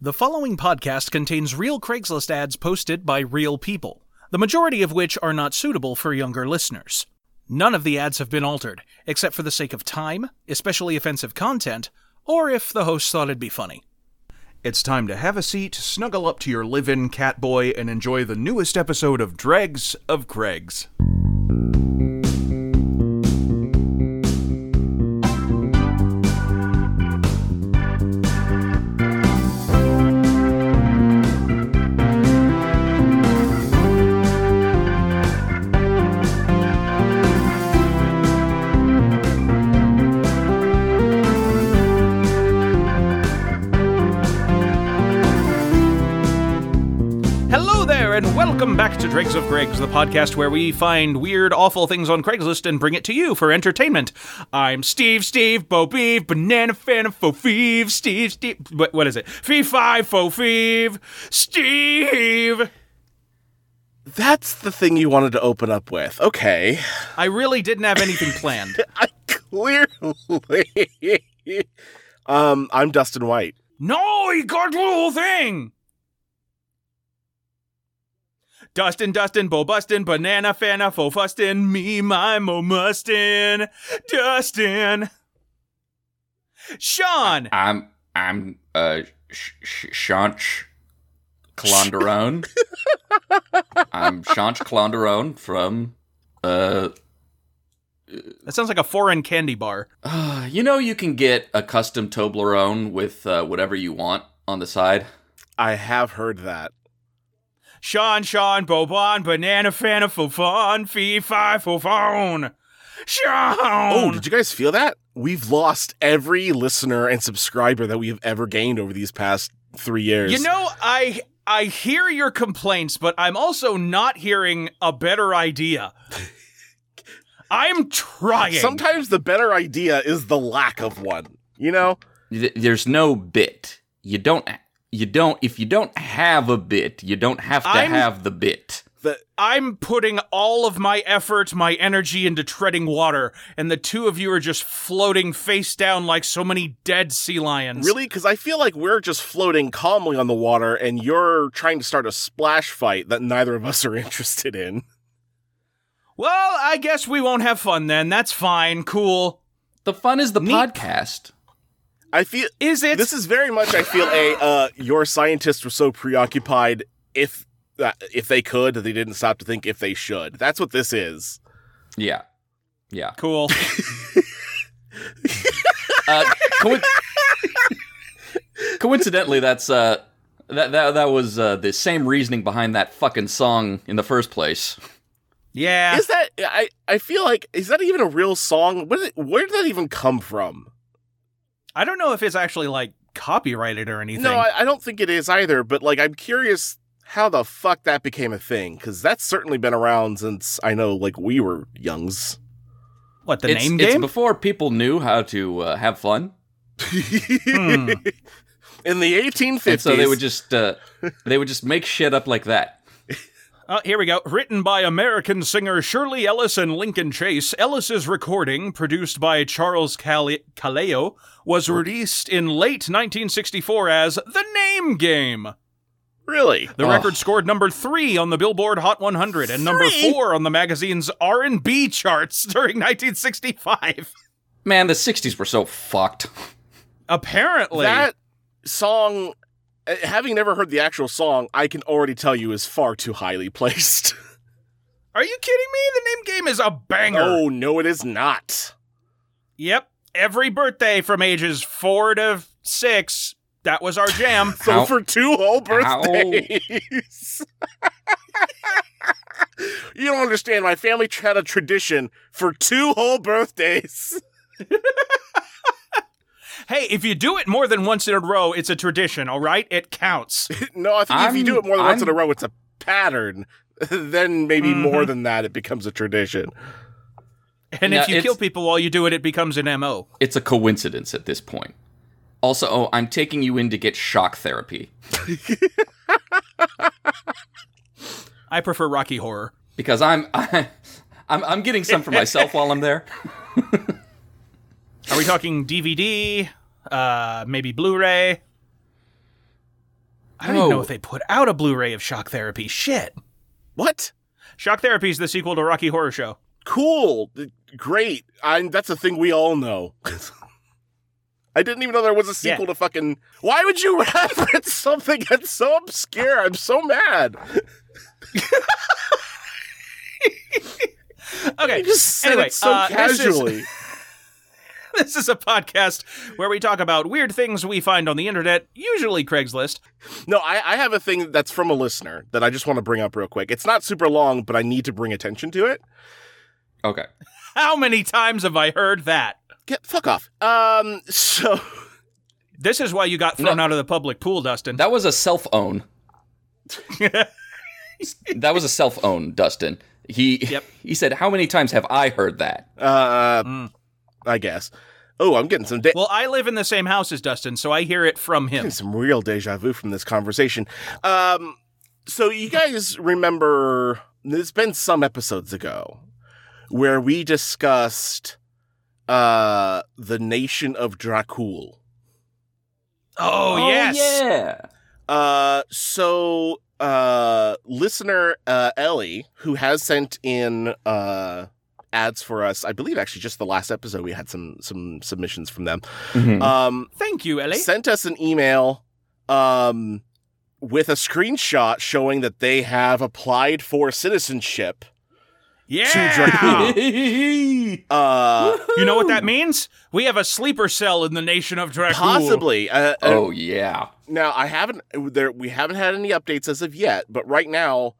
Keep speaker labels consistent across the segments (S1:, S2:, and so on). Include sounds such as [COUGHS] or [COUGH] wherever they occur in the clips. S1: The following podcast contains real Craigslist ads posted by real people, the majority of which are not suitable for younger listeners. None of the ads have been altered, except for the sake of time, especially offensive content, or if the host thought it'd be funny.
S2: It's time to have a seat, snuggle up to your live in cat boy, and enjoy the newest episode of Dregs of Craigs. Hello there, and welcome back to Dregs of Craigs, the podcast where we find weird, awful things on Craigslist and bring it to you for entertainment. I'm Steve, Steve, Bo Beef, Banana Fan of Faux Feeve, Steve, Steve. What, what is it? Fee Fi Faux Feeve, Steve!
S3: That's the thing you wanted to open up with. Okay.
S1: I really didn't have anything planned.
S3: I [LAUGHS] clearly. um, I'm Dustin White.
S1: No, he got the whole thing! Dustin, Dustin, Bo Bustin, Banana Fana, Fo Fustin, Me, My, Mo Mustin, Dustin. Sean!
S4: I'm I'm uh sh- sh- Shanch Clonderone. I'm Shanch Clonderone from uh,
S1: That sounds like a foreign candy bar.
S4: uh you know you can get a custom Toblerone with uh, whatever you want on the side.
S3: I have heard that.
S1: Sean, Sean, Bobon, Banana Fana, Fo Fun, Fee, Fi, Fo Phone. Sean!
S3: Oh,
S1: Um,
S3: did you guys feel that? We've lost every listener and subscriber that we have ever gained over these past three years.
S1: You know, I I hear your complaints, but I'm also not hearing a better
S3: [LAUGHS]
S1: idea. I'm trying.
S3: sometimes the better idea is the lack of one. You know?
S4: Th- There's no bit. You don't you don't if you don't have a bit, you don't have to
S1: I'm-
S4: have the bit.
S3: The,
S1: I'm putting all of my effort, my energy into treading water, and the two of you are just floating face down like so many dead sea lions.
S3: really? Because I feel like we're just floating calmly on the water and you're trying to start a splash fight that neither of us are [LAUGHS] interested in.
S1: Well, I guess we won't have fun then. That's fine. Cool.
S4: The fun is the podcast.
S3: I feel
S1: Is it?
S3: this is very much i feel a uh, your scientists were so preoccupied if uh, if they could that they didn't stop to think if they should that's what this is
S4: Yeah. Yeah.
S1: cool.
S4: Uh, coin- coincidentally, that's uh, that that that was uh, the same reasoning behind that fucking song in the first place.
S1: yeah.
S3: is that i i feel like is that even a real song what is it, where did that even come from
S1: I don't know if it's actually like copyrighted or anything.
S3: no I, I don't think it is either but like i'm curious how the fuck that became a thing because that's certainly been around since i know like we were youngs
S1: what the
S4: it's,
S1: name
S4: it's
S1: game?
S4: before people knew how to uh, have fun,
S1: Hmm.
S3: [LAUGHS] in the 1850s
S4: and so they would just uh, they would just make shit up like that.
S1: Uh, here we go. Written by American singer Shirley Ellis and Lincoln Chase, Ellis's recording, produced by Charles Cale- Caleo, was released in late 1964 as The Name Game.
S3: really
S1: The
S4: Oh.
S1: record scored number three on the Billboard Hot 100 and number
S3: Three?
S1: four on the magazine's R&B charts [LAUGHS] during 1965.
S4: Man, the '60s were so fucked.
S1: Apparently,
S3: That song, uh, having never heard the actual song, I can already tell you is far too highly placed. [LAUGHS]
S1: are you kidding me? The Name Game is a banger.
S3: oh, no, it is not.
S1: Yep, every birthday from ages four to six, that was our
S3: [LAUGHS]
S1: jam.
S3: So
S4: Ow.
S3: for two whole
S4: Ow.
S3: birthdays. [LAUGHS] you don't understand. My family had a tradition for two whole birthdays. [LAUGHS]
S1: Hey, if you do it more than once in a row, it's a tradition, all right? It
S4: [LAUGHS]
S1: counts.
S3: no, I think if you do it more than once in
S4: I'm- Mm-hmm.
S3: a row, it's a pattern. [LAUGHS] then maybe more than that, it becomes a tradition.
S1: And
S4: No,
S1: if you
S4: it's-
S1: kill people while you do it, it becomes an MO.
S4: It's a coincidence at this point. Also, oh, I'm taking you in to get shock therapy
S1: I prefer Rocky Horror.
S4: because I'm [LAUGHS] I, I'm I'm getting some for myself while I'm there.
S1: Are we talking DVD? Uh, maybe Blu ray?
S5: I don't even know
S4: No.
S5: if they put out a Blu-ray of Shock Therapy. Shit.
S3: What?
S1: Shock Therapy is the sequel to Rocky Horror Show.
S3: Cool. Great. I, that's a thing we all
S1: [LAUGHS]
S3: know. I didn't even know there was a sequel to fucking. Why would you [LAUGHS] reference something that's so obscure? I'm so mad.
S1: Okay,
S3: You just said
S1: Anyway,
S3: it so
S1: uh, this is-
S3: casually.
S1: [LAUGHS] this is a podcast where we talk about weird things we find on the internet, usually Craigslist.
S3: No, I, I have a thing that's from a listener that I just want to bring up real quick. It's not super long, but I need to bring attention to it.
S4: Okay.
S1: How many times have I heard that?
S3: Get fuck off. Um, [LAUGHS] so
S1: This is why you got thrown
S4: No.
S1: out of the public pool, Dustin. [LAUGHS]
S4: That was a self own. that was a self own, Dustin. He
S1: Yep.
S4: [LAUGHS] he said, "How many times have I heard that?"
S3: uh,
S1: Mm.
S3: I guess. Oh, I'm getting some de-
S1: well, I live in the same house as Dustin, so I hear it from him.
S3: getting some real deja vu from this conversation. Um, so you guys remember? It's been some episodes ago where we discussed uh the nation of Dracul.
S1: Oh, yes.
S4: yeah.
S3: Uh, so uh listener uh ellie who has sent in uh ads for us i believe actually just the last episode we had some some submissions from them
S1: Uh,
S3: [LAUGHS]
S4: Mhm.
S3: um
S1: Thank you, Ellie.
S3: sent us an email um with a screenshot showing that they have applied for citizenship
S1: [LAUGHS] yeah.
S3: uh
S1: you know what that means? We have a sleeper cell in the nation of Dracul.
S3: possibly uh, uh,
S4: oh yeah.
S3: Now I haven't there we haven't had any updates as of yet, but right now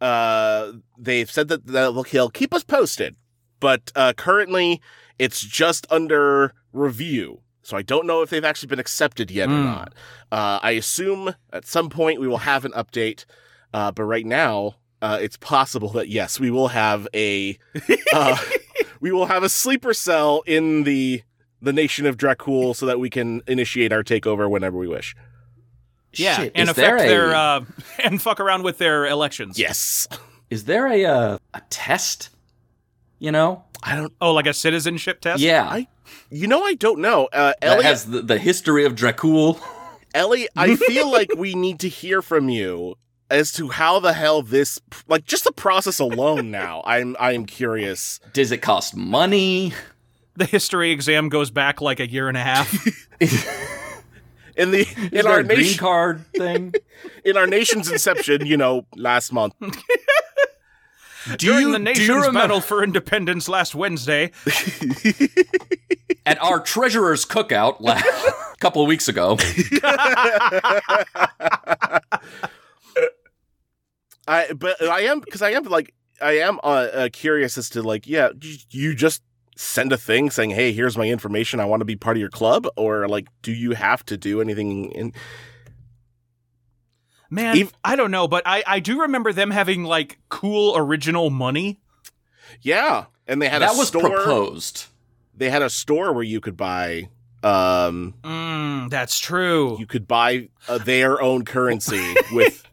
S3: uh they've said that they'll he'll keep us posted. But uh currently it's just under review. So I don't know if they've actually been accepted yet or
S1: Hmm.
S3: not. Uh I assume at some point we will have an update. Uh but right now uh it's possible that yes, we will have a uh, we will have a sleeper cell in the the nation of Dracul so that we can initiate our takeover whenever we wish.
S1: Yeah,
S4: Shit,
S1: and
S4: is there
S1: affect
S4: a-
S1: their uh, [LAUGHS] and fuck around with their elections.
S3: Yes.
S4: Is there a uh, a test? You know?
S3: I don't.
S1: Oh, like a citizenship test.
S4: yeah.
S3: I- You know, I don't know. Uh,
S4: that
S3: Ellie,
S4: has [LAUGHS] the, the history of Dracul.
S3: Ellie, I feel like we need to hear from you as to how the hell this, like, just the process alone. Now, I'm, I am curious.
S4: Does it cost money?
S1: The history exam goes back like a year and a
S4: [LAUGHS]
S1: half.
S3: In the
S4: Is
S3: in
S4: there
S3: our
S4: a green
S3: nation,
S4: card
S1: [LAUGHS]
S4: thing?
S3: in our nation's inception, you know, last month.
S1: Do During
S4: you-
S1: the
S4: do you
S1: nation's
S4: remember-
S1: battle for independence last Wednesday,
S4: At our treasurer's cookout last [LAUGHS] couple of weeks ago.
S3: [LAUGHS] I, but I am because I am like I am uh, uh, curious as to like, yeah, you, you just send a thing saying, hey, here's my information. I want to be part of your club, or like, do you have to do anything? In,
S1: man,
S3: Ev-
S1: I don't know, but I I do remember them having like cool original money.
S3: yeah, and they had
S4: that
S3: a
S4: was
S3: store.
S4: proposed.
S3: they had a store where you could buy um
S1: Mm, that's true.
S3: you could buy uh, their own currency
S4: [LAUGHS]
S3: with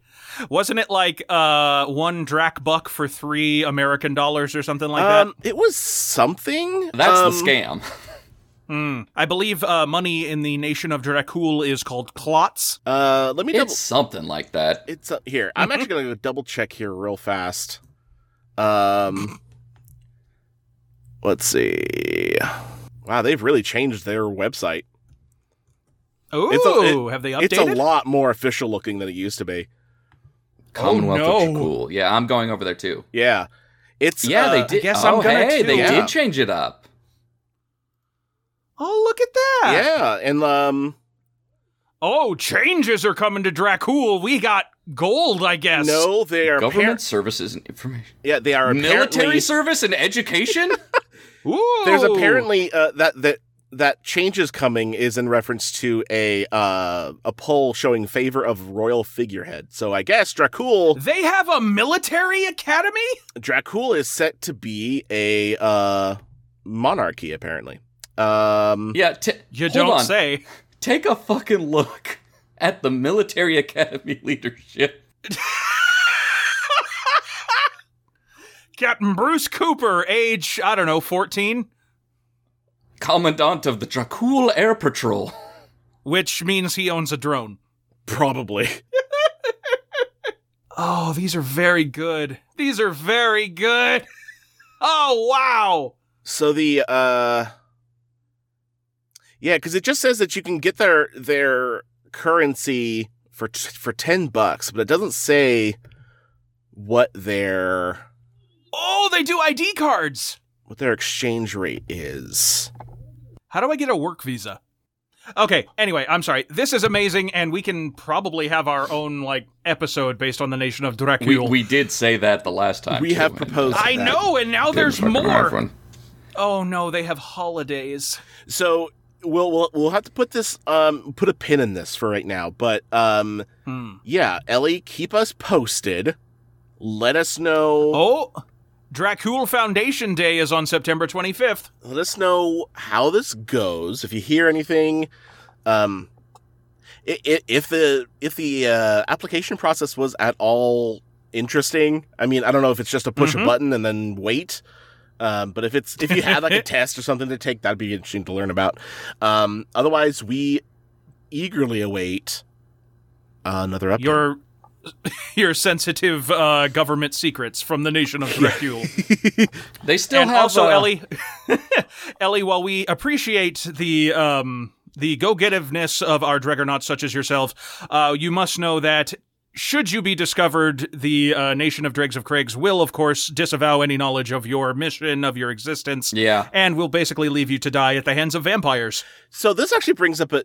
S1: Wasn't it like uh one drac buck for three American dollars or something like
S3: um it was something
S4: That's
S3: um,
S4: the scam.
S1: that? Mm. I believe uh, money in the nation of Dracul is called clots.
S3: uh let me double
S4: It's something like that.
S3: it's up here
S4: Mm-hmm.
S3: i'm actually going to double check here real fast um let's see wow they've really changed their website
S1: Ooh,
S3: It's a- it-
S1: have they
S3: it's a
S1: updated?
S3: lot more official looking than it used to be
S4: Oh, Commonwealth
S1: no.
S4: of Dracul. Yeah, I'm going over there too.
S3: yeah it's
S4: Yeah,
S3: uh,
S4: they did.
S1: guess I'm
S4: oh,
S1: gonna
S4: hey,
S1: too.
S4: they
S3: Yeah.
S4: did change it up.
S1: oh, look at that!
S3: yeah and um
S1: Oh, changes are coming to Dracul. We got gold, I guess.
S3: no they are
S4: Government
S3: apparent
S4: services and information.
S3: yeah they are
S4: Military
S3: apparently
S4: service and education?
S1: [LAUGHS] Ooh.
S3: there's
S4: oh!
S3: apparently uh, that that that changes coming is in reference to a uh, a poll showing favor of royal figurehead. So I guess Dracul
S1: they have a military academy.
S3: Dracul is set to be a uh, monarchy apparently. Um,
S4: yeah, t-
S1: You
S4: hold
S1: don't
S4: on.
S1: say.
S4: Take a fucking look [LAUGHS] at the military academy [LAUGHS] leadership.
S1: Captain Bruce Cooper, age I don't know, fourteen,
S4: Commandant of the Dracul Air Patrol.
S1: which means he owns a drone.
S3: probably.
S1: Oh, these are very good. These are very good. [LAUGHS] Oh, wow.
S3: [LAUGHS] So the uh Yeah, cuz it just says that you can get their their currency for t- for 10 bucks, but it doesn't say what their
S1: Oh, they do ID cards.
S3: what their exchange rate is.
S1: How do I get a work visa? Okay, anyway, I'm sorry. This is amazing, and we can probably have our own, like, episode based on the nation of Dracul.
S4: We, we did say that the last time.
S3: We
S4: too,
S3: have
S4: and,
S3: proposed-
S1: I know, and now there's
S4: fucking
S1: more.
S4: everyone.
S1: Oh, no, they have holidays.
S3: So we'll we'll, we'll have to put this um put a pin in this for right now, but um
S1: Hmm.
S3: yeah, Ellie, keep us posted. Let us know
S1: Oh, Dracul Foundation Day is on September 25th.
S3: let us know how this goes. If you hear anything, um, i- i- if the if the uh, application process was at all interesting, I mean, I don't know if it's just to push
S1: Mhm.
S3: a button and then wait. Um, but if it's if you had like
S1: [LAUGHS]
S3: a test or something to take, that'd be interesting to learn about. Um, otherwise, we eagerly await another update.
S1: Your [LAUGHS] your sensitive uh, government secrets from the nation of Dracul.
S4: They still
S1: and
S4: have
S1: also,
S4: uh,
S1: Ellie, [LAUGHS] Ellie, while we appreciate the um, the go getiveness of our Dregonauts such as yourselves, uh, you must know that. Should you be discovered, the uh, nation of Dregs of Craigs will, of course, disavow any knowledge of your mission, of your existence,
S4: Yeah.
S1: and will basically leave you to die at the hands of vampires.
S3: So this actually brings up a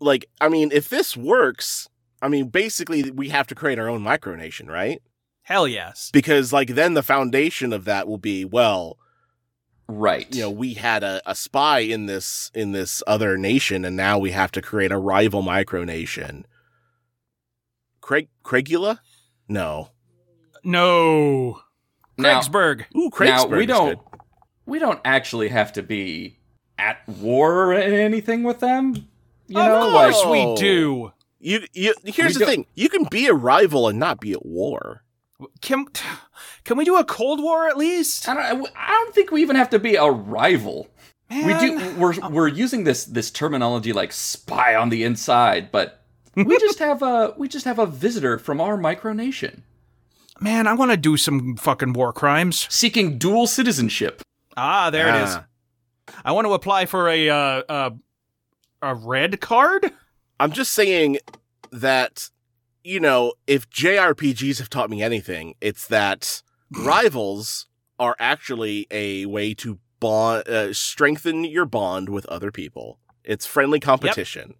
S3: like I mean, if this works, I mean, basically we have to create our own micronation, right?
S1: Hell yes.
S3: because like then the foundation of that will be well
S4: Right.
S3: you know we had a, a spy in this in this other nation and now we have to create a rival micronation craig craigula no
S1: No.
S4: now,
S1: Craigsburg.
S3: ooh
S4: now
S3: Craigsburg
S4: we
S3: is
S4: don't
S3: good.
S4: we don't actually have to be at war or anything with them. You know,
S3: course.
S4: like
S1: Yes, we
S3: Oh.
S1: do.
S3: you you here's the
S4: We don't-
S3: thing you can be a rival and not be at war
S1: Can can we do a Cold War at least?
S4: I don't. I don't think we even have to be a rival. We do.
S1: Man.
S4: We're we're using this this terminology like spy on the inside, but we [LAUGHS] just have a we just have a visitor from our micronation
S1: Man, I want to do some fucking war crimes.
S4: seeking dual citizenship.
S1: Ah, there it is.
S3: Ah.
S1: I want to apply for a uh, uh, a red card.
S3: i'm just saying that you know if jrpgs have taught me anything it's that
S1: Hmm.
S3: rivals are actually a way to bond uh, strengthen your bond with other people it's friendly competition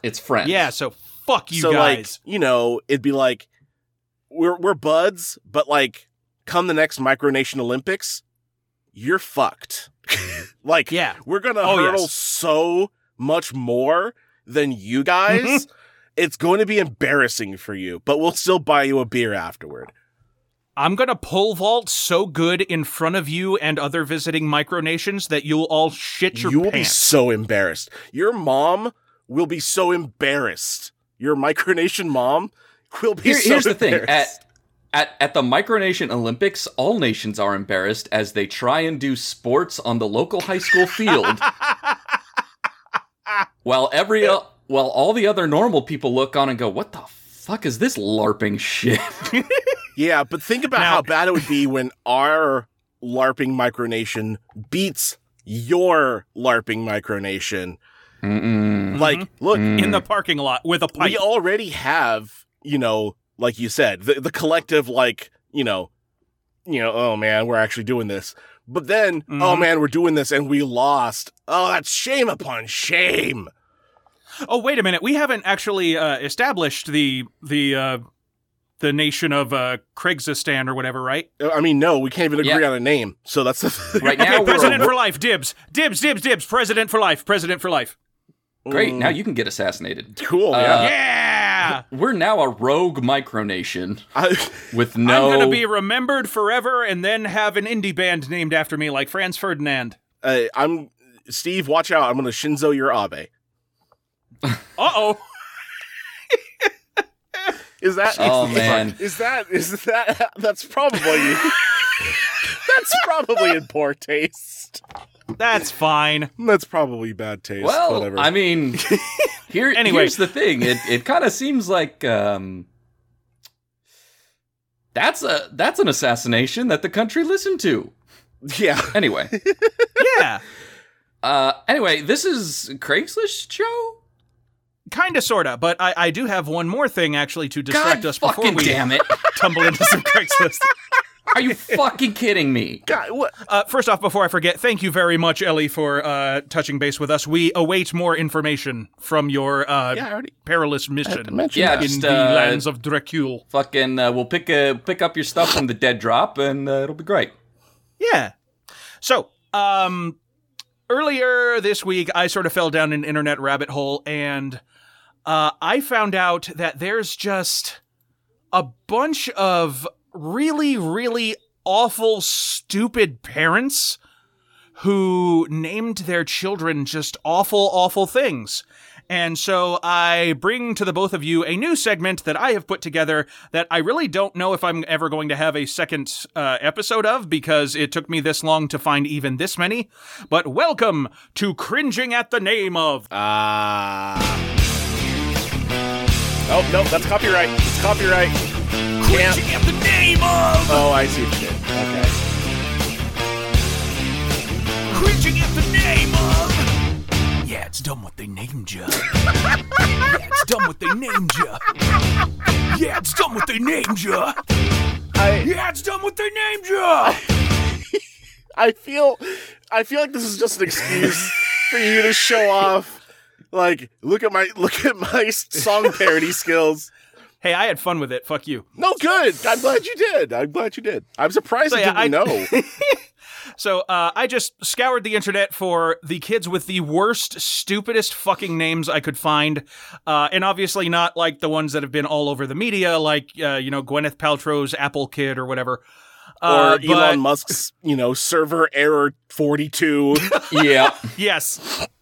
S4: It's friends.
S1: Yeah, so fuck you
S3: so
S1: guys.
S3: like you know it'd be like we're we're buds but like come the next micronation olympics you're fucked [LAUGHS] like
S1: yeah,
S3: we're gonna
S1: Oh,
S3: hurdle
S1: yes.
S3: so much more than you guys
S1: Mm-hmm.
S3: it's going to be embarrassing for you but we'll still buy you a beer afterward
S1: I'm gonna pole vault so good in front of you and other visiting micronations that you'll all shit your
S3: you will be
S1: pants.
S3: so embarrassed your mom will be so embarrassed your micronation mom will be
S4: Here-
S3: so
S4: here's the thing. At,
S3: embarrassed.
S4: at at the micronation Olympics, all nations are embarrassed as they try and do sports on the local high school
S3: [LAUGHS]
S4: field, while every el- while all the other normal people look on and go, "What the fuck is this larping
S3: [LAUGHS]
S4: shit?"
S3: Yeah, but think about
S1: Now-
S3: how bad it would be when our LARPing micronation beats your LARPing micronation.
S4: Mm-mm.
S3: Like,
S1: Mm-hmm.
S3: look,
S4: Mm.
S1: in the parking lot with a pipe.
S3: we already have, you know, like you said, the, the collective, like, you know, you know, oh man, we're actually doing this. But then, oh
S4: Mm-hmm.
S1: Mhm.
S3: man, we're doing this and we lost. Oh, that's shame upon shame.
S1: Oh wait a minute, we haven't actually uh, established the the uh, the nation of uh, Craigsistan or whatever, right?
S3: Uh, I mean, no, we can't even agree
S4: Yeah.
S3: on a name. So that's the thing. [LAUGHS]
S4: Right now, we're
S1: president
S4: a,
S1: for life, dibs, dibs, dibs, dibs. President for life, president for life.
S4: great.
S1: Mm.
S4: Now you can get assassinated.
S3: Mm, cool.
S4: Uh,
S1: yeah,
S4: We're now a rogue micronation
S3: yeah. [LAUGHS] I-
S4: with no.
S1: I'm gonna be remembered forever, and then have an indie band named after me, like Franz Ferdinand.
S3: uh, I'm Steve. Watch out! I'm gonna Shinzo your Abe.
S1: Uh oh.
S3: Is that?
S4: Oh,
S3: [LAUGHS] is,
S4: man.
S3: is that is that? That's probably. [LAUGHS]
S4: [LAUGHS]
S3: that's probably in poor taste.
S1: That's fine.
S3: That's probably bad taste.
S4: well,
S3: whatever.
S4: [LAUGHS]
S1: [LAUGHS]
S4: I mean, here,
S1: Anyway.
S4: here's the thing. It it kind of seems like um, That's a that's an assassination that the country listened to.
S3: Yeah.
S1: [LAUGHS]
S4: Anyway,
S1: Yeah.
S4: uh, anyway, this is Craigslist show.
S1: Kinda, sorta, but I, I do have one more thing actually to distract
S4: God
S1: us before
S4: fucking
S1: we
S4: damn it!
S1: [LAUGHS] tumble into some Craigslist.
S4: Are you fucking kidding me?
S3: God, what?
S1: Uh, first off, before I forget, thank you very much, Ellie, for uh, touching base with us. We await more information from your uh,
S3: Yeah, I already
S1: perilous mission
S3: mentioned
S4: Yeah,
S3: that.
S1: in
S4: just
S1: the
S4: uh,
S1: lands of Dracul.
S4: fucking. Uh, we'll pick uh pick up your stuff from the dead drop, and uh, it'll be great.
S1: Yeah. So, um, earlier this week, I sort of fell down an internet rabbit hole and uh, I found out that there's just a bunch of really, really awful, stupid parents who named their children just awful, awful things. And so I bring to the both of you a new segment that I have put together that I really don't know if I'm ever going to have a second uh, episode of because it took me this long to find even this many. But welcome to Cringing at the Name of.
S3: Ah. oh no, that's copyright. It's copyright. Can't.
S1: Cringing at the Name of!
S3: Oh, I see. what you did. Okay.
S1: Cringing at the Name of! Yeah, it's dumb what they named you. yeah, it's [LAUGHS] dumb what they named you. Yeah, it's dumb what they named you.
S3: I
S1: Yeah, it's dumb what they named you.
S3: I feel I feel like this is just an excuse for you to show off. Like, look at my look at my song parody skills.
S1: Hey, I had fun with it. Fuck you.
S3: No good. I'm glad you did. I'm glad you did. I'm surprised
S1: So,
S3: I
S1: yeah,
S3: didn't know.
S1: So uh, I just scoured the internet for the kids with the worst, stupidest fucking names I could find, uh, and obviously not like the ones that have been all over the media, like uh, you know Gwyneth Paltrow's Apple Kid or whatever. Uh,
S3: or
S1: but-
S3: Elon Musk's, you know, server error
S1: [LAUGHS]
S3: 42.
S4: Yeah,
S1: Yes. [LAUGHS]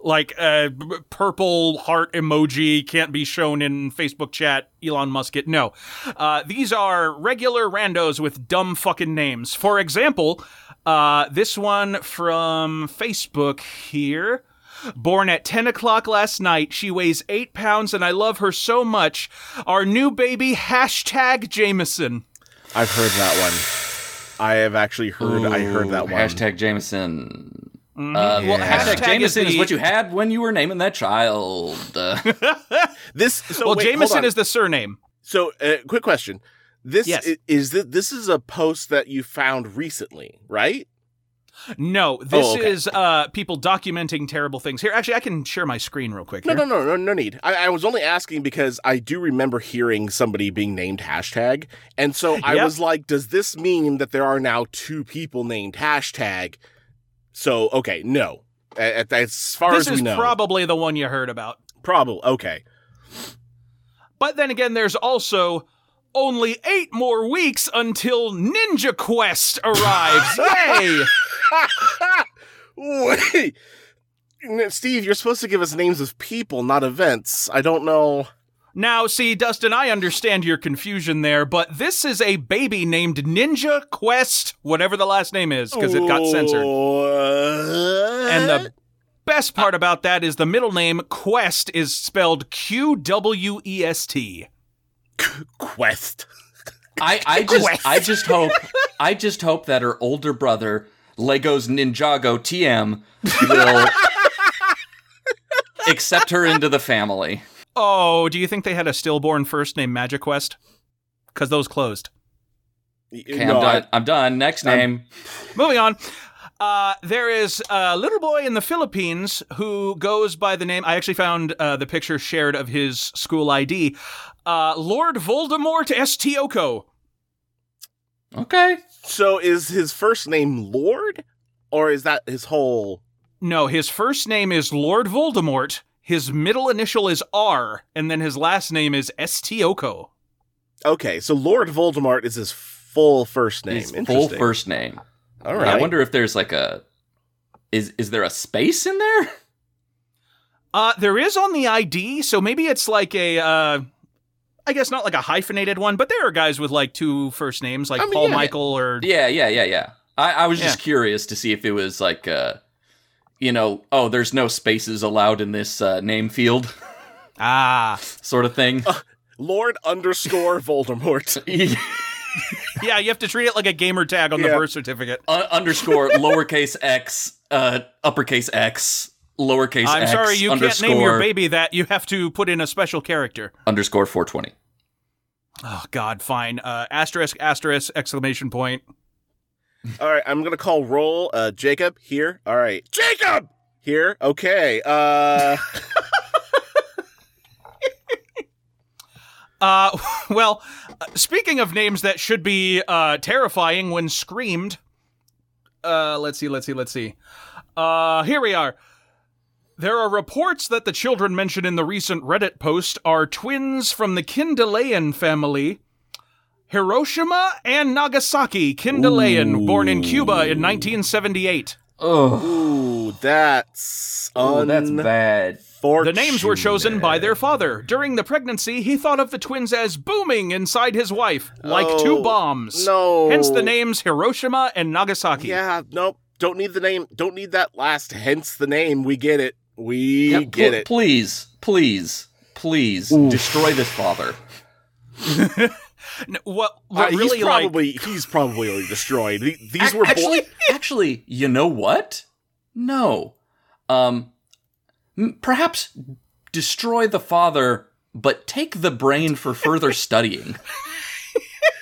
S1: like uh, b- purple heart emoji can't be shown in Facebook chat. Elon Musk it. No, uh, these are regular randos with dumb fucking names. For example, uh, this one from Facebook here. Born at 10 o'clock last night, she weighs 8 pounds and I love her so much. Our new baby, hashtag Jameson. [LAUGHS]
S3: I've heard that one. I have actually heard I [LAUGHS] heard that one.
S4: Hashtag Jameson. Uh, well, hashtag,
S1: Mm-hmm. Hashtag is
S4: Jameson is,
S1: the-
S4: what you had when you were naming that child. Uh,
S3: This so
S1: well,
S3: wait, hold
S1: Jameson
S3: on.
S1: is the surname.
S3: So, uh, quick question. This
S1: Yes.
S3: i- is thi- this is a post that you found recently, right?
S1: No, this
S3: Oh, okay.
S1: is uh, people documenting terrible things. Here, actually, I can share my screen real quick.
S3: No,
S1: Here.
S3: no, no, no, no need. I, I was only asking because I do remember hearing somebody being named hashtag, and so I
S1: Yep.
S3: was like, does this mean that there are now two people named hashtag? So, okay, no. A- at- As far
S1: This
S3: as we
S1: is
S3: know,
S1: probably the one you heard about.
S3: probably okay.
S1: But then again, there's also only eight more weeks until Ninja Quest
S3: [LAUGHS]
S1: arrives. Yay!
S3: [LAUGHS] Wait. N- Steve, you're supposed to give us names of people, not events. I don't know.
S1: Now, see, Dustin, I understand your confusion there, but this is a baby named Ninja Quest, whatever the last name is, because it got censored. And the best part about that is the middle name, Quest, is spelled Q W E S T.
S3: quest.
S4: I, I just I just hope I just hope that her older brother Lego's Ninjago TM will accept her into the family.
S1: Oh, do you think they had a stillborn first named Magic Quest? Because those closed.
S4: Okay, I'm done. I, am done. Next name.
S1: Moving on. Uh, there is a little boy in the Philippines who goes by the name. I actually found uh, the picture shared of his school ID. Uh, Lord Voldemort Estioko.
S4: Okay.
S3: So is his first name Lord? Or is that his whole
S1: No, his first name is Lord Voldemort. His middle initial is R, and then his last name is Estioko.
S3: Okay, so Lord Voldemort is his full first name.
S4: His full
S3: Interesting.
S4: first name.
S3: All
S4: Yeah,
S3: right.
S4: I wonder if there's like a is is there a space in there?
S1: Uh, there is on the ID, so maybe it's like a, uh, I guess not like a hyphenated one, but there are guys with like two first names, like
S3: I mean,
S1: Paul
S3: yeah.
S1: Michael or
S4: Yeah, yeah, yeah, yeah. I, I was just curious to see if it was like uh you know, oh, there's no spaces allowed in this uh, name field
S1: ah.
S4: [LAUGHS] sort of thing.
S3: Lord
S4: [LAUGHS]
S3: underscore Voldemort.
S1: Yeah, you have to treat it like a gamer tag on the
S3: Yeah.
S1: birth certificate.
S4: Un- Uh, underscore lowercase x uh, uppercase x lowercase
S1: I'm
S4: x
S1: sorry, you can't
S4: underscore
S1: name your baby that. You have to put in a special character.
S4: underscore 420.
S1: Oh God, fine. Uh, asterisk, asterisk, exclamation point.
S3: All right, I'm gonna call roll. Uh, Jacob here. All right, Jacob here. Okay. Uh,
S1: Uh, [LAUGHS] well, uh, speaking of names that should be uh, terrifying when screamed, uh, let's see, let's see, let's see. Uh, here we are. There are reports that the children mentioned in the recent Reddit post are twins from the Kindleyan family. Hiroshima and Nagasaki Kindleyan, born in Cuba in 1978.
S4: Oh,
S3: ooh, that's un-
S4: that's bad.
S1: The names were chosen by their father. During the pregnancy, he thought of the twins as booming inside his wife, like
S3: Oh,
S1: two bombs.
S3: no.
S1: Hence the names Hiroshima and Nagasaki.
S3: Oh. Yeah. Nope. Don't need the name. Don't need that last. Hence the name. We get it. We
S4: Yeah,
S3: get
S4: pl-
S3: it.
S4: Please, please, please destroy this father.
S1: N- What,
S3: Uh,
S1: what really
S3: he's
S1: like
S3: probably he's probably already destroyed. The- [LAUGHS] These
S4: Ac-
S3: were bo-
S4: actually, [LAUGHS] actually, you know what? No. Um, m- perhaps destroy the father, but take the brain for further studying.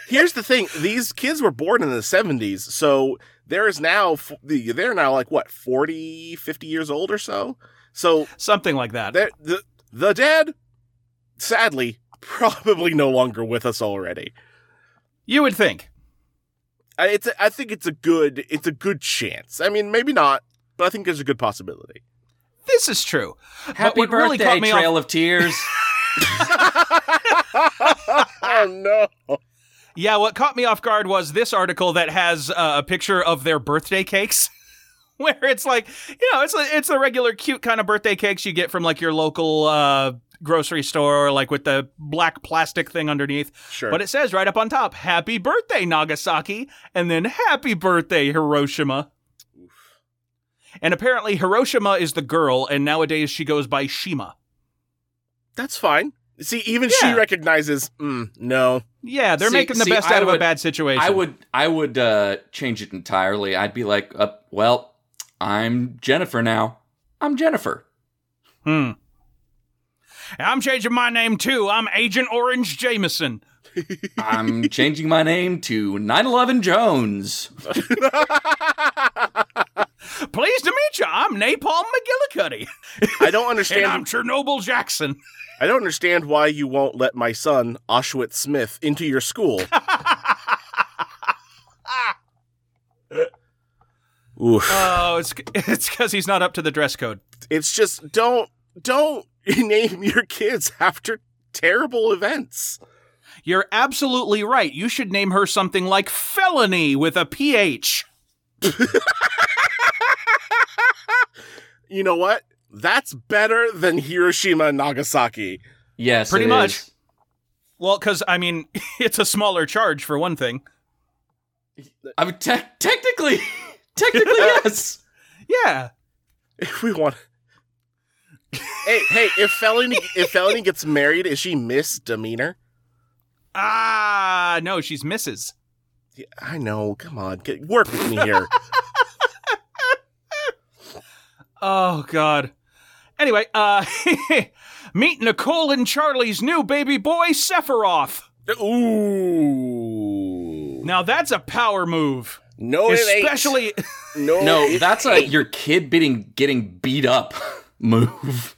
S3: Here's the thing: these kids were born in the 70s, so there is now f- the- they're now like what 40, 50 years old or so. So
S1: something like that.
S3: the the, the dead, sadly, [LAUGHS] probably no longer with us already.
S1: You would think.
S3: I, it's a, I think it's a good it's a good chance. I mean, maybe not, but I think there's a good possibility.
S1: This is true. but
S4: Happy
S1: what really
S4: birthday,
S1: caught me off
S4: Trail
S1: [LAUGHS]
S4: of Tears.
S3: [LAUGHS] Oh no!
S1: Yeah, what caught me off guard was this article that has uh, a picture of their birthday cakes, [LAUGHS] where it's like, you know, it's it's the regular cute kind of birthday cakes you get from like your local uh, grocery store, like with the black plastic thing underneath.
S3: Sure.
S1: But it says right up on top, "Happy birthday, Nagasaki," and then "Happy birthday, Hiroshima." And apparently, Hiroshima is the girl, and nowadays she goes by Shima.
S3: That's fine. See, even she
S1: Yeah.
S3: recognizes. Mm, no,
S1: Yeah, they're
S4: See-
S1: making the
S4: see,
S1: best
S4: I
S1: out of a
S4: would-
S1: bad situation.
S4: I would, I would uh, change it entirely. I'd be like, uh, well, I'm Jennifer now. I'm Jennifer.
S1: Hmm. I'm changing my name too. I'm Agent Orange Jameson.
S3: [LAUGHS]
S4: I'm changing my name to 911 Jones.
S1: Pleased to meet you. I'm Napalm McGillicuddy. [LAUGHS]
S3: I don't
S1: And I'm
S3: understand.
S1: Chernobyl Jackson.
S3: I don't understand why you won't let my son Auschwitz Smith into your school.
S1: [LAUGHS]
S3: Oof.
S1: Oh, it's [LAUGHS] it's because he's not up to the dress code.
S3: It's just don't don't [LAUGHS] name your kids after terrible events.
S1: You're absolutely right. You should name her something like Felony with a PH.
S3: You know what? That's better than Hiroshima and Nagasaki. [LAUGHS]
S4: Yes,
S1: Pretty
S4: it
S1: much.
S4: is.
S1: Well, because, I mean, [LAUGHS] it's a smaller charge for one thing.
S4: I mean, te- technically, [LAUGHS]
S3: [LAUGHS]
S4: technically, yes.
S1: Yeah.
S3: If we [LAUGHS] want Hey, hey, if Felony if Felony gets married, is she misdemeanor?
S1: Ah, no, she's Mrs.
S3: Yeah, I know, come on. Get, work with me here.
S1: Oh God. Anyway, uh [LAUGHS] meet Nicole and Charlie's new baby boy Sephiroth.
S3: [LAUGHS] Ooh.
S1: Now that's a power move.
S3: No, it ain't.
S1: Especially
S3: No,
S4: No,
S3: it
S4: that's a
S3: ain't.
S4: your kid beating getting beat up [LAUGHS] move.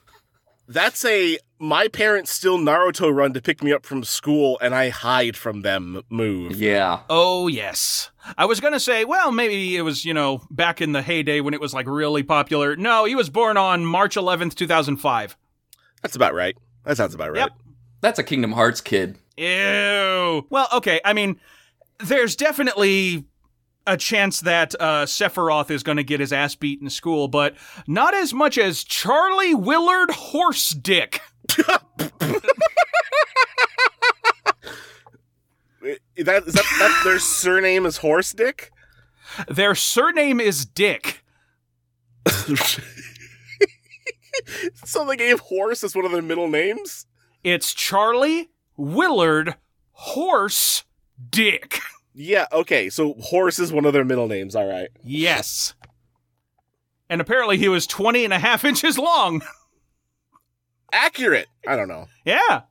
S3: that's a my parents still Naruto run to pick me up from school and I hide from them move.
S4: Yeah.
S1: Oh yes. I was gonna say, well, maybe it was, you know, back in the heyday when it was like really popular. No, he was born on March eleventh, two thousand five.
S3: That's about right. That sounds about right.
S1: Yep.
S4: That's a Kingdom Hearts kid.
S1: Ew. Well, okay, I mean, there's definitely a chance that uh, Sephiroth is going to get his ass beat in school, but not as much as Charlie Willard Horse Dick.
S3: Is that, is that, that their surname is Horse Dick?
S1: Their surname is Dick.
S3: [LAUGHS] so they gave horse as one of their middle names?
S1: It's Charlie Willard Horse Dick.
S3: Yeah, okay. So Horace is one of their middle names. All right.
S1: Yes. And apparently he was 20 and a half inches long.
S3: Accurate. I don't know.
S1: Yeah.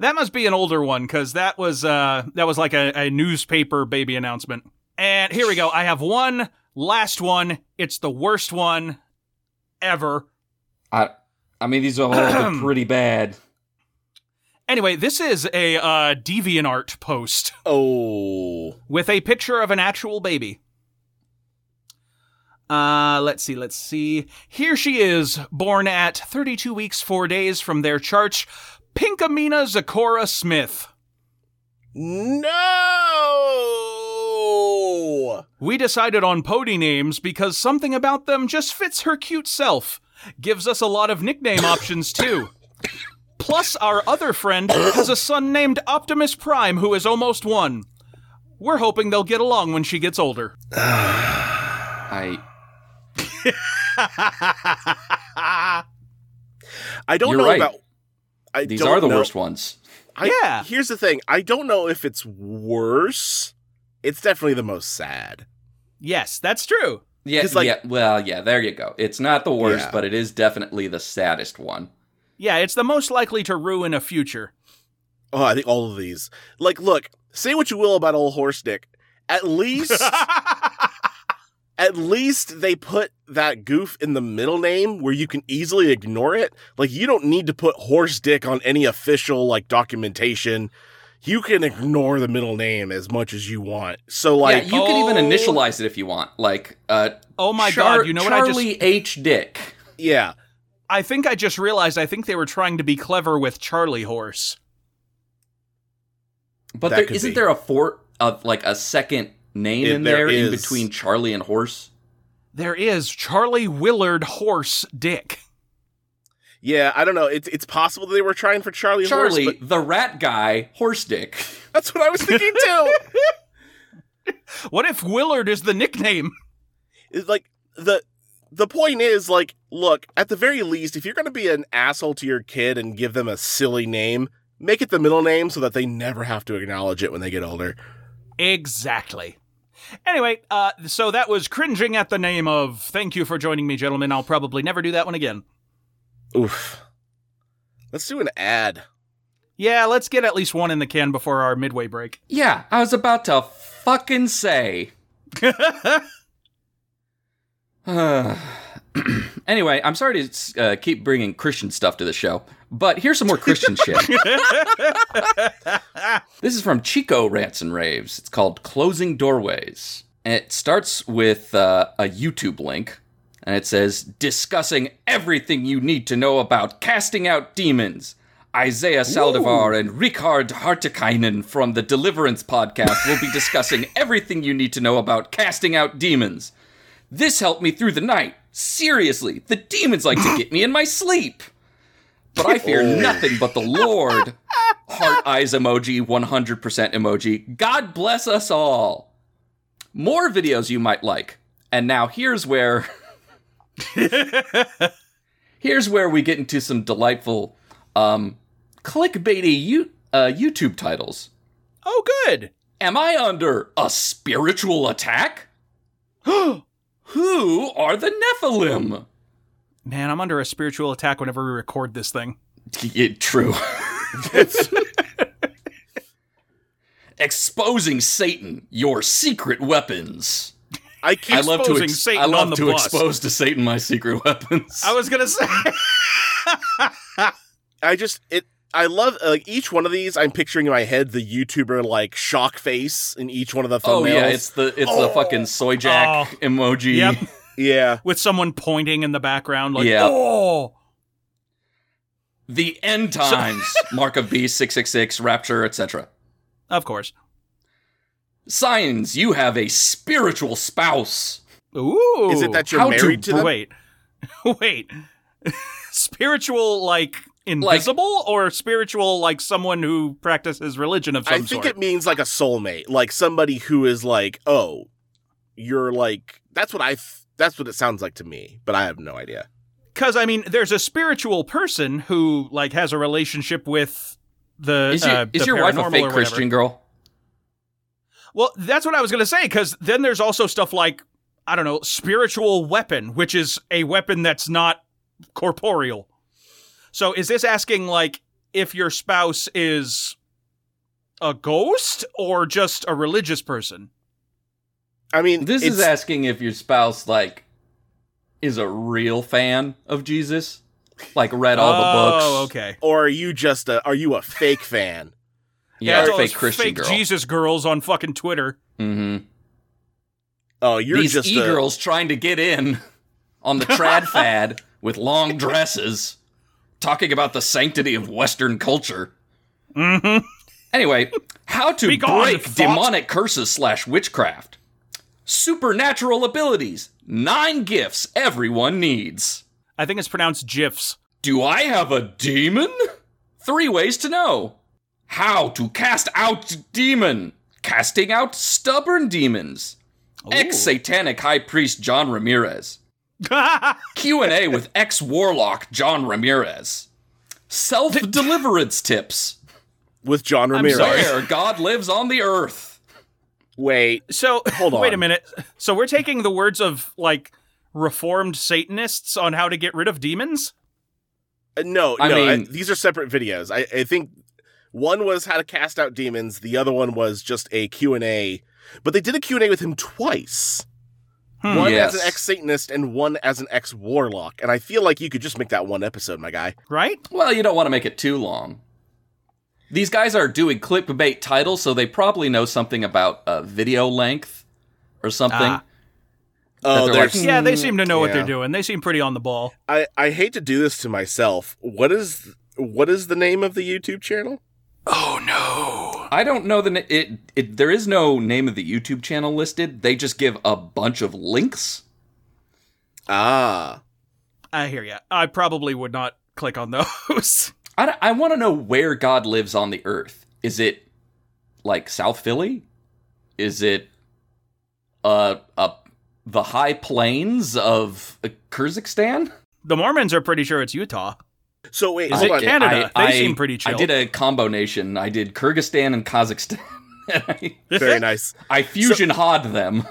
S1: That must be an older one because that was uh, that was like a, a newspaper baby announcement. And here we go. I have one last one. It's the worst one ever.
S4: I I mean these are
S3: [CLEARS THROAT]
S4: all pretty bad.
S1: Anyway, this is a uh, DeviantArt post [LAUGHS]
S3: Oh.
S1: with a picture of an actual baby. Uh, let's see, let's see. Here she is, born at 32 weeks, 4 days from their church, Pinkamina Zakora Smith.
S3: [LAUGHS] No.
S1: We decided on pony names because something about them just fits her cute self. Gives us a lot of
S4: [COUGHS]
S1: nickname options too. Plus, our other friend has a son named Optimus Prime who is almost one. We're hoping they'll get along when she gets older.
S4: I
S3: I don't
S4: You're
S3: know
S4: right.
S3: about. I
S4: these
S3: don't
S4: are the
S3: know.
S4: worst ones.
S3: I,
S1: Yeah.
S3: Here's the thing. I don't know if it's worse. It's definitely the most sad.
S1: Yes, that's true.
S4: Yeah,
S3: 'Cause, like-
S4: yeah. Well, yeah. There you go. It's not the worst,
S3: Yeah.
S4: but it is definitely the saddest one.
S1: Yeah, it's the most likely to ruin a
S4: [LAUGHS]
S1: future.
S3: Oh, I think all of these. Like, look, say what you will about old horse dick. At least,
S4: [LAUGHS]
S3: at least they put that goof in the middle name where you can easily ignore it. Like, you don't need to put horse dick on any official like documentation. You can ignore the middle name as much as you want. So, like,
S4: yeah, you can even
S1: oh.
S4: initialize it if you want. Like, uh,
S1: oh my
S4: Char-
S1: god, you know what I just
S4: Charlie H. Dick.
S3: yeah.
S1: I think I just realized I think they were trying to be clever with Charlie Horse.
S4: But
S3: That
S4: there
S3: could
S4: isn't
S3: be.
S4: there a four of like a second name
S3: It-
S4: in
S3: there
S4: there, in
S3: is.
S4: between Charlie and Horse?
S1: There is Charlie Willard Horse Dick.
S3: Yeah, I don't know. It's it's possible that they were trying for Charlie. Horse,
S4: Charlie,
S3: but
S4: the rat guy, Horse Dick.
S3: that's what I was thinking
S4: [LAUGHS]
S3: too.
S1: What if Willard is the nickname?
S3: It's like the the point is like look at the very least if you're going to be an asshole to your kid and give them a silly name make it the middle name so that they never have to acknowledge it when they get older
S1: Exactly. Anyway, uh, so that was cringing at the name of. Thank you for joining me, gentlemen. I'll probably never do that one again.
S3: oof let's do an ad
S1: Yeah, let's get at least one in the can before our midway break. [LAUGHS]
S4: Yeah, I was about to fucking say. [SIGHS] anyway, I'm sorry to uh, keep bringing Christian stuff to the show, but here's some more Christian shit. this is from Chico Rants and Raves. It's called Closing Doorways. And it starts with uh, a YouTube link, and it says discussing everything you need to know about casting out demons. Isaiah Saldivar and Richard Hartikainen from the Deliverance podcast will be discussing everything you need to know about casting out demons. This helped me through the night. Seriously, the demons like to get me in my sleep. But I fear nothing but the Lord. Heart eyes emoji, 100% emoji. God bless us all. More videos you might like. And now here's where.
S1: Oh,
S4: here's where we get into some delightful um, clickbaity you, uh, YouTube titles.
S1: oh, good. [GASPS]
S4: Am I under a spiritual attack? Who are the Nephilim?
S1: Man, I'm under a spiritual attack whenever we record this thing.
S4: Yeah, true. [LAUGHS] Exposing Satan, your secret weapons.
S3: i keep
S4: I love to
S1: Exposing
S4: ex-
S1: Satan
S4: I love
S1: on the
S4: to
S1: bus.
S4: expose to Satan my secret [LAUGHS] weapons.
S1: I was gonna say.
S3: i just it i love uh, like each one of these i'm picturing in my head the youtuber like shock face in each one of the thumbnails
S4: oh yeah, it's the it's the fucking soy jack
S1: Oh.
S4: emoji.
S1: yep,
S3: yeah
S1: [LAUGHS] with someone pointing in the background, like,
S4: Yeah.
S1: oh,
S4: The end times, mark of beast, six six six, rapture, etc.
S1: of course.
S4: Signs you have a spiritual spouse.
S1: Ooh,
S3: is it that you're
S4: How to
S3: married to, them
S1: wait, [LAUGHS] wait. [LAUGHS] spiritual, like invisible, or spiritual, like someone who practices religion of some
S3: I think
S1: sort.
S3: it means like a soulmate, like somebody who is like, oh, you're like that's what I th- that's what it sounds like to me, but I have no idea.
S1: Because I mean, there's a spiritual person who like has a relationship with
S5: the
S4: Is, your
S5: uh,
S4: is
S5: the
S4: your wife
S5: paranormal
S4: a
S5: or
S4: fake
S5: whatever.
S4: Christian girl?
S1: Well, that's what I was going to say because then there's also stuff like I don't know, spiritual weapon, which is a weapon that's not corporeal. So is this asking like if your spouse is a ghost or just a religious person?
S3: I mean,
S4: This
S3: it's,
S4: is asking if your spouse like is a real fan of Jesus, like read all the books.
S1: Oh, okay.
S3: or are you just a are you a
S4: [LAUGHS]
S3: fake fan?
S4: Yeah,
S1: it's all
S4: fake
S1: those
S4: Christian
S1: fake
S4: girl.
S1: Jesus girls on fucking Twitter.
S4: hmm
S3: Oh, you're
S4: These
S3: just a,
S4: e-girls trying to get in on the
S3: [LAUGHS]
S4: trad fad with long dresses, talking about the sanctity of Western culture.
S1: hmm
S3: Mm-hmm.
S4: Anyway, how to
S1: Be gone,
S4: break
S1: thought.
S4: demonic curses slash witchcraft. Supernatural abilities. Nine gifts everyone needs.
S1: I think it's pronounced GIFs. [LAUGHS]
S4: Do I have a demon? Three ways to know. How to cast out demon. Casting out stubborn demons. Ex satanic high priest John Ramirez. Q&A with ex-warlock John Ramirez. Self-deliverance tips.
S3: with John Ramirez.
S4: Where God lives on the earth.
S3: Wait,
S1: So
S3: Hold
S1: wait a
S3: on.
S1: minute. So we're taking the words of like reformed Satanists on how to get rid of demons.
S3: Uh, no,
S4: I
S3: no,
S4: mean-
S3: these are separate videos. I, I think one was how to cast out demons. The other one was just a Q and A. But they did a Q and A with him twice.
S1: Hmm.
S3: One
S4: Yes.
S3: as an ex Satanist and one as an ex warlock. And I feel like you could just make that one episode, my guy.
S1: Right?
S4: Well, you don't want to make it too long. These guys are doing clickbait titles, so they probably know something about uh, video length or something.
S1: Ah.
S4: Oh, they're
S3: there's-
S4: like-
S1: Yeah, they seem to know what
S3: Hmm, yeah.
S1: they're doing. They seem pretty on the ball.
S3: I I hate to do this to myself. What is what is the name of the YouTube channel?
S1: Oh no.
S4: I don't know the na- it, it. There is no name of the YouTube channel listed. They just give a bunch of links.
S3: Ah,
S1: I hear ya. I probably would not click on those. [LAUGHS]
S4: I, d- I want to know where God lives on the earth. Is it like South Philly? Is it uh, uh the high plains of uh, Kyrgyzstan?
S1: the Mormons are pretty sure it's Utah.
S3: so wait,
S1: Is
S3: hold
S1: it
S3: on.
S1: Canada? They seem pretty chill. [LAUGHS]
S4: I did a combo nation. I did Kyrgyzstan and Kazakhstan. [LAUGHS] I,
S3: Very nice.
S4: I fusion hod them.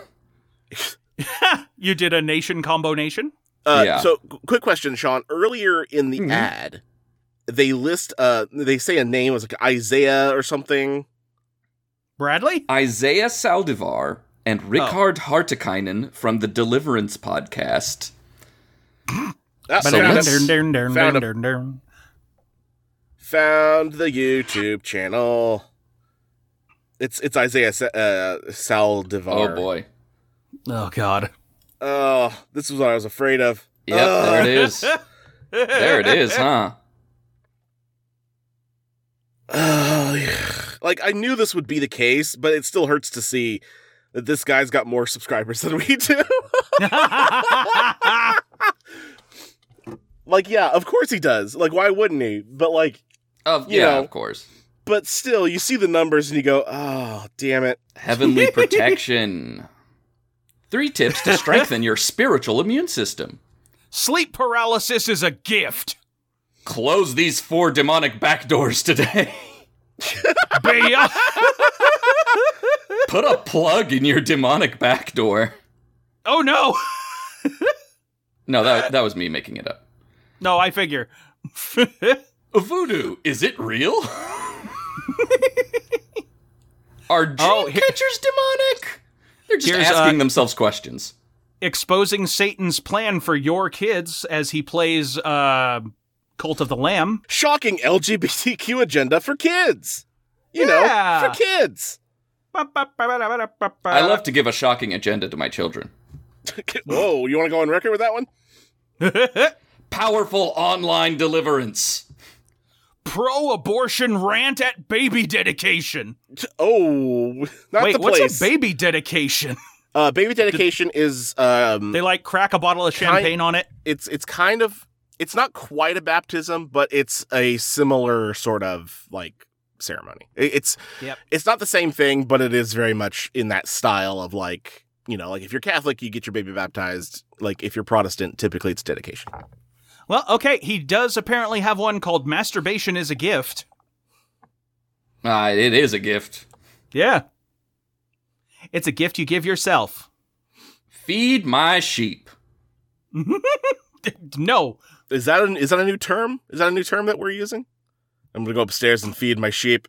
S1: you did a nation combo nation?
S3: Uh,
S4: Yeah.
S3: So, qu- quick question, Sean. Earlier in the
S4: Mhm.
S3: ad, they list uh they say a name was like Isaiah or something.
S1: Bradley?
S4: Isaiah Saldivar and Richard Hartikainen from the Deliverance podcast.
S3: Ah, so
S4: Ba-dum-dum-dum.
S3: that's- found a- found the YouTube channel. It's it's Isaiah Sa- uh, Saldivar.
S4: Oh boy.
S1: Oh god. [LAUGHS]
S3: Oh, this is what I was afraid of.
S4: Yep,
S3: Ugh.
S4: there it is. There it is, huh?
S3: Oh, yeah. like I knew this would be the case, but it still hurts to see that this guy's got more subscribers [LAUGHS] than we do. like, yeah, of course he does. Like, why wouldn't he? But like,
S4: Of,
S3: You
S4: yeah,
S3: know.
S4: of course.
S3: but still, you see the numbers and you go, "Oh, damn it!"
S4: Heavenly protection. Three tips to strengthen your spiritual immune system.
S1: [LAUGHS] Sleep paralysis is a gift.
S4: Close these four demonic back doors today. [LAUGHS]
S1: Beyond-
S4: Put a plug in your demonic back door.
S1: [LAUGHS] oh no.
S4: No, that that was me making it up.
S1: No, I figure. [LAUGHS]
S4: Voodoo, is it real? Are dream
S1: Oh, he-
S4: catchers demonic? They're just
S1: Here's,
S4: asking
S1: uh,
S4: themselves questions.
S1: Exposing Satan's plan for your kids as he plays uh Cult of the Lamb.
S3: Shocking LGBTQ agenda for kids. You
S1: Yeah.
S3: know, for kids. [LAUGHS]
S1: uh,
S4: I love to give a shocking agenda to my children.
S3: Whoa, you want to go on record with that one?
S4: Powerful online deliverance.
S1: pro-abortion rant at baby dedication.
S3: Oh, not
S1: Wait,
S3: the
S1: what's
S3: place.
S1: a baby
S3: [LAUGHS]
S1: dedication?
S3: Uh, baby dedication is um,
S1: They like crack a bottle of champagne on it.
S3: it's it's kind of it's not quite a baptism, but it's a similar sort of like ceremony. It- it's
S1: Yep.
S3: it's not the same thing, but it is very much in that style of like you know like if you're Catholic, you get your baby baptized. Like if you're Protestant, typically it's dedication.
S1: Well, okay, he does apparently have one called masturbation is a gift.
S4: Uh, it is a gift.
S1: Yeah. It's a gift you give yourself. [LAUGHS]
S4: Feed my sheep.
S1: No.
S3: Is that an, is that a new term? Is that a new term that we're using? I'm gonna go upstairs and feed my sheep.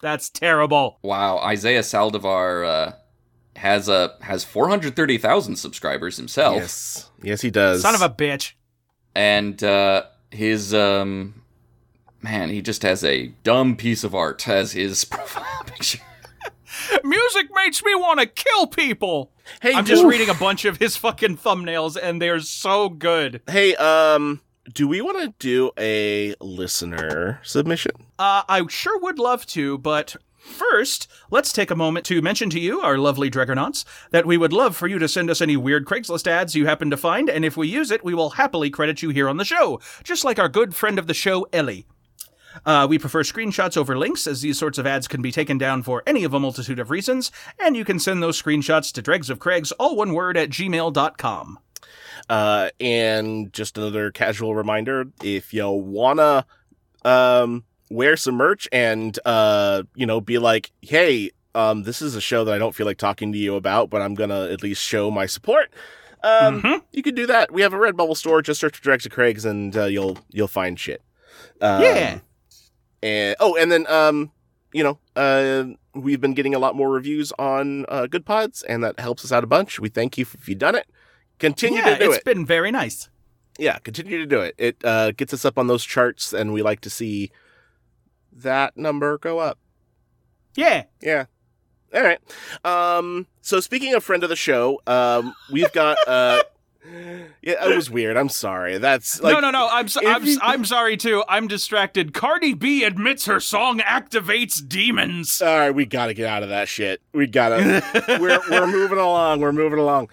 S1: That's terrible.
S4: Wow, Isaiah Saldivar uh, has a has 430,000 subscribers himself.
S3: Yes, yes, he does.
S1: Son of a bitch.
S4: and uh, his um, man, he just has a dumb piece of art as his [LAUGHS] profile picture.
S1: Music makes me want to kill people.
S3: Hey,
S1: I'm just
S3: do-
S1: reading a bunch of his fucking thumbnails, and they're so good.
S3: Hey, um, do we want to do a listener submission?
S1: Uh, I sure would love to, but first, let's take a moment to mention to you, our lovely Dregonauts, that we would love for you to send us any weird Craigslist ads you happen to find, and if we use it, we will happily credit you here on the show, just like our good friend of the show, Ellie. Uh, we prefer screenshots over links, as these sorts of ads can be taken down for any of a multitude of reasons, and you can send those screenshots to dregsofcraigs, all one word, at gmail.com.
S3: Uh, and just another casual reminder: if you wanna um wear some merch and uh you know be like, hey, um, this is a show that I don't feel like talking to you about, but I'm gonna at least show my support. Um,
S1: Mhm.
S3: you can do that. We have a Redbubble store. Just search for Dregs of Craigs, and uh, you'll you'll find shit. Um,
S1: Yeah.
S3: And oh, and then um, you know, uh, we've been getting a lot more reviews on uh, Good Pods, and that helps us out a bunch. We thank you if you've done it. Continue
S1: yeah,
S3: to do
S1: it's
S3: it.
S1: been very nice.
S3: Yeah, continue to do it. It uh, gets us up on those charts, and we like to see that number go up.
S1: Yeah.
S3: Yeah. All right. Um, so speaking of friend of the show, um, we've got.
S1: [LAUGHS]
S3: Uh, yeah, it was weird. I'm sorry. That's like
S1: no, no, no. I'm so,
S3: if
S1: I'm,
S3: you-
S1: I'm sorry too. I'm distracted. Cardi B admits her song activates demons.
S3: All right, we gotta get out of that shit.
S1: [LAUGHS]
S3: We gotta. Uh, we're we're moving along. We're moving along.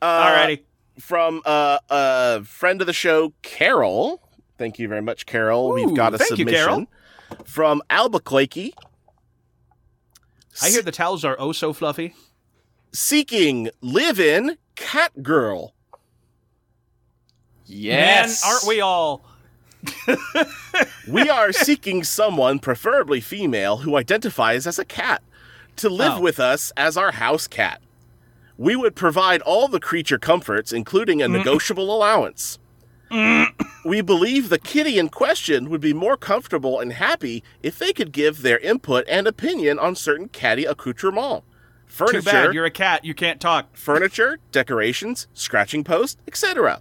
S3: Uh,
S1: Alrighty.
S3: From uh, a friend of the show, Carol. Thank you very much, Carol. We've
S1: Ooh,
S3: got a
S1: thank you, Carol.
S3: submission from Albuquerque.
S1: I hear the towels are oh so fluffy.
S3: seeking live-in cat girl.
S4: Yes,
S1: Man, aren't we all?
S3: We are seeking someone, preferably female, who identifies as a cat, to live
S1: Oh.
S3: with us as our house cat. We would provide all the creature comforts, including a
S1: Mm.
S3: negotiable allowance. we believe the kitty in question would be more comfortable and happy if they could give their input and opinion on certain catty accoutrements.
S1: Too
S3: Furniture,
S1: bad you're a cat. You can't talk.
S3: furniture, decorations, scratching post, etc.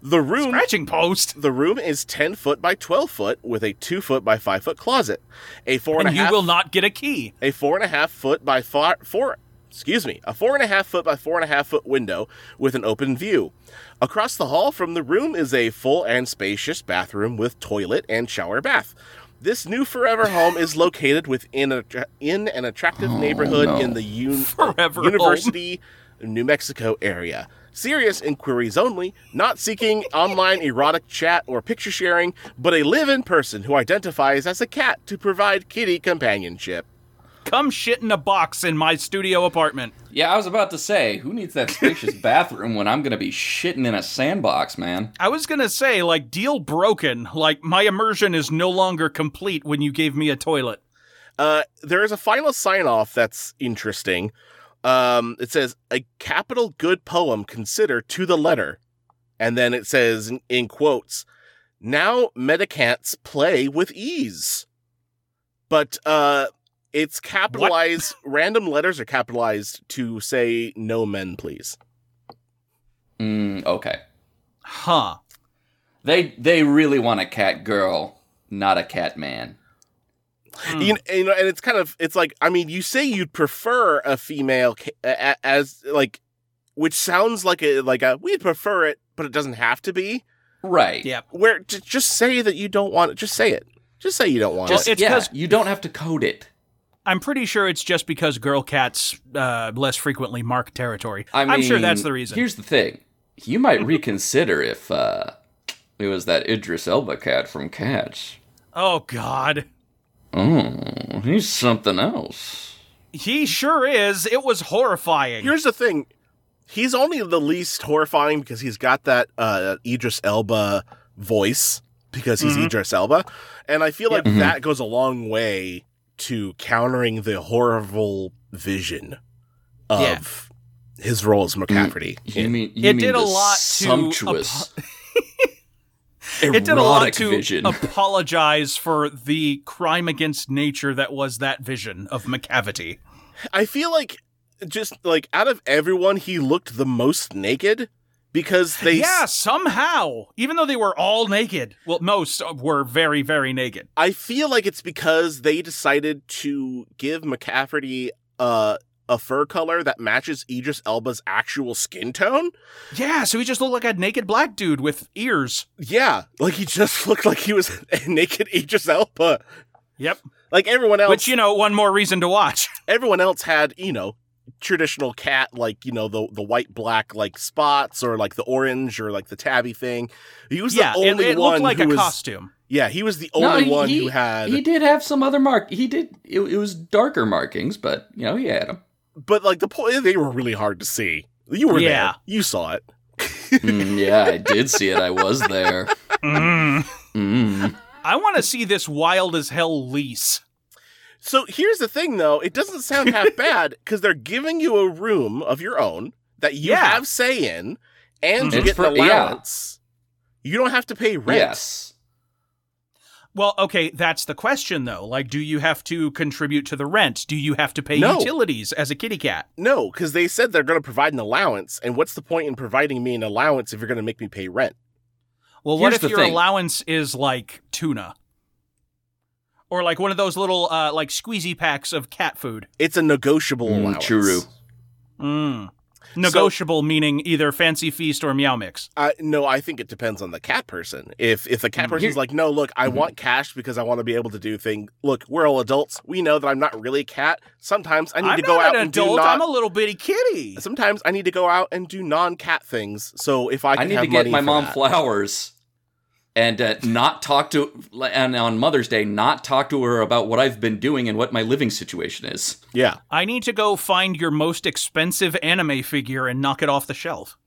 S3: The room
S1: Scratching post.
S3: The room is 10 foot by 12 foot with a 2 foot by 5 foot closet. A four and,
S1: And
S3: a
S1: you
S3: half-
S1: will not get a key.
S3: a four and a half foot by four, four excuse me, a four and a half foot by four and a half foot window with an open view. Across the hall from the room is a full and spacious bathroom with toilet and shower bath. This new forever home is located within a, in an attractive neighborhood
S4: no.
S3: in the un-
S1: Forever home.
S3: University, New Mexico area. Serious inquiries only, not seeking online erotic chat or picture sharing, but a live in person who identifies as a cat to provide kitty companionship.
S1: Come shit in a box in my studio apartment.
S4: Yeah, I was about to say, who needs
S1: [LAUGHS]
S4: that spacious bathroom when I'm gonna be shitting in a sandbox, man?
S1: I was gonna say, like, deal broken. Like, my immersion is no longer complete when you gave me a toilet.
S3: Uh, there is a final sign off that's interesting. Um, it says, a capital good poem consider to the letter. And then it says, in- in quotes, now medicants play with ease. But uh, it's capitalized, random letters are capitalized to say, no men, please.
S4: Mm, okay,
S1: Huh.
S4: they they really want a cat girl, not a cat man.
S1: Mm.
S3: You, kn- you know, and it's kind of, it's like, I mean, you say you'd prefer a female ca- a- a- as, like, which sounds like a, like a, we'd prefer it, but it doesn't have to be.
S4: Right.
S1: Yep.
S3: where j- just say that you don't want it. Just say it. Just say you don't want
S1: Just-
S3: it.
S1: it's
S4: yeah,
S1: 'cause-
S4: you don't have to code it.
S1: I'm pretty sure it's just because girl cats uh, less frequently mark territory.
S4: I mean,
S1: am sure that's the reason.
S4: Here's the thing: you might reconsider if uh, it was that Idris Elba cat from Cats.
S1: oh God,
S4: Oh, he's something else.
S1: he sure is. It was horrifying.
S3: Here's the thing. He's only the least horrifying because he's got that uh, Idris Elba
S4: Mm-hmm.
S3: voice because he's Idris Elba, and I feel like that goes a long way to countering the horrible vision
S1: Yeah.
S3: of his role as McCafferty.
S4: You mean you
S1: It
S4: mean
S1: did a
S4: the
S1: lot to
S4: sumptuous,
S1: [LAUGHS] It did a lot
S4: erotic
S1: to
S3: [LAUGHS]
S4: vision.
S1: apologize for the crime against nature that was that vision of McCavity.
S3: I feel like just like out of everyone, he looked the most naked because they.
S1: yeah, somehow, even though they were all naked, well, most uh, were very, very naked.
S3: I feel like it's because they decided to give McCafferty uh, a fur color that matches Idris Elba's actual skin tone.
S1: Yeah, so he just looked like a naked black dude with ears.
S3: Yeah, like he just [LAUGHS] looked like he was naked Idris Elba.
S1: Yep.
S3: Like everyone else,
S1: Which, you know, one more reason to watch.
S3: everyone else had you know traditional cat like you know the the white black like spots or like the orange or like the tabby thing. He was
S1: [LAUGHS] yeah,
S3: the only
S1: it, it
S3: one
S1: looked like
S3: who
S1: a
S3: was
S1: costume. [LAUGHS]
S3: yeah he was the
S4: No,
S3: only
S4: he-
S3: one
S4: he,
S3: who had
S4: He did have some other mark. He did. It, it was darker markings, but you know he had them.
S3: but like the point they were really hard to see. You were
S1: Yeah.
S3: there, you saw it.
S4: Mm, yeah, I did see it. I was there.
S1: Mm. [LAUGHS]
S4: Mm.
S1: I want to see this wild as hell lease.
S3: So here's the thing, though. It doesn't sound
S1: [LAUGHS]
S3: half bad because they're giving you a room of your own that you
S1: Yeah. Mhm.
S3: have say in, and you
S4: It's
S3: get
S4: for-
S3: an
S4: yeah.
S3: allowance. You don't have to pay rent.
S4: Yes.
S1: Well, okay, that's the question though. Like, do you have to contribute to the rent? Do you have to pay
S3: No.
S1: utilities as a kitty cat?
S3: No, because they said they're going to provide an allowance, and what's the point in providing me an allowance if you're going to make me pay rent?
S1: Well, what
S4: Here's
S1: if
S4: the
S1: your
S4: thing.
S1: allowance is like tuna? Or like one of those little uh, like squeezy packs of cat food.
S3: It's a negotiable
S4: Mm,
S3: allowance.
S4: churu.
S1: Mm. Negotiable meaning either fancy feast or meow mix.
S3: Uh, no, I think it depends on the cat person. If if the cat
S4: Mm,
S3: person's
S4: here-
S3: like, no, look, I
S4: Mhm.
S3: want cash because I want to be able to do things. Look, we're all adults. We know that I'm not really a cat. Sometimes I need
S1: I'm
S3: to go
S1: not
S3: out
S1: an
S3: and do
S1: adult.
S3: not.
S1: I'm a little bitty
S3: [LAUGHS]
S1: kitty.
S3: Sometimes I need to go out and do non-cat things. So if I
S4: I,
S3: can
S4: need
S3: have
S4: to get
S3: money
S4: my
S3: for
S4: mom
S3: that.
S4: flowers and uh, not talk to and on Mother's Day not talk to her about what I've been doing and what my living situation is.
S3: yeah,
S1: I need to go find your most expensive anime figure and knock it off the shelf.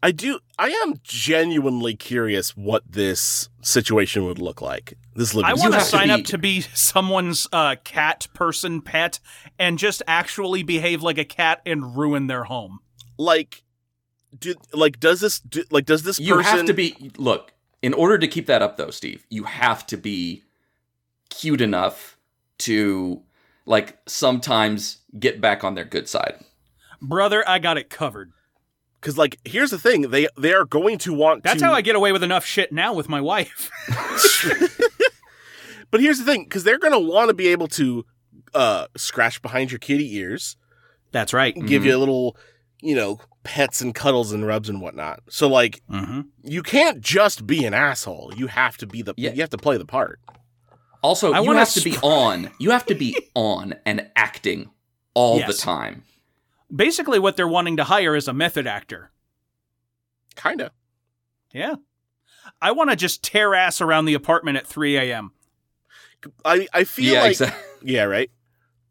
S3: I do. I am genuinely curious what this situation would look like. This living.
S1: I want to
S4: have to
S1: sign
S4: be-
S1: up to be someone's uh, cat person pet and just actually behave like a cat and ruin their home.
S3: like do like does this do, like does this
S4: You
S3: person
S4: have to be look, in order to keep that up though, Steve, you have to be cute enough to like sometimes get back on their good side.
S1: Brother, I got it covered.
S3: because like here's the thing they they are going to want
S1: That's
S3: to,
S1: how I get away with enough shit now with my wife. [LAUGHS]
S3: but here's the thing because they're going to want to be able to uh scratch behind your kitty ears
S1: That's right.
S3: and give you a
S4: Mm-hmm.
S3: little you know pets and cuddles and rubs and whatnot so like
S1: Mm-hmm.
S3: you can't just be an asshole you have to be the
S4: Yeah.
S3: you have to play the part
S4: Also,
S1: I
S4: you
S1: wanna
S4: have to
S1: sp-
S4: be on. You have to be
S1: [LAUGHS]
S4: on and acting all the
S1: Yes.
S4: time.
S1: Basically, what they're wanting to hire is a method actor.
S3: kind of
S1: Yeah. I want to just tear ass around the apartment at 3 a.m.
S3: i i feel
S4: yeah,
S3: like
S4: exactly.
S3: yeah right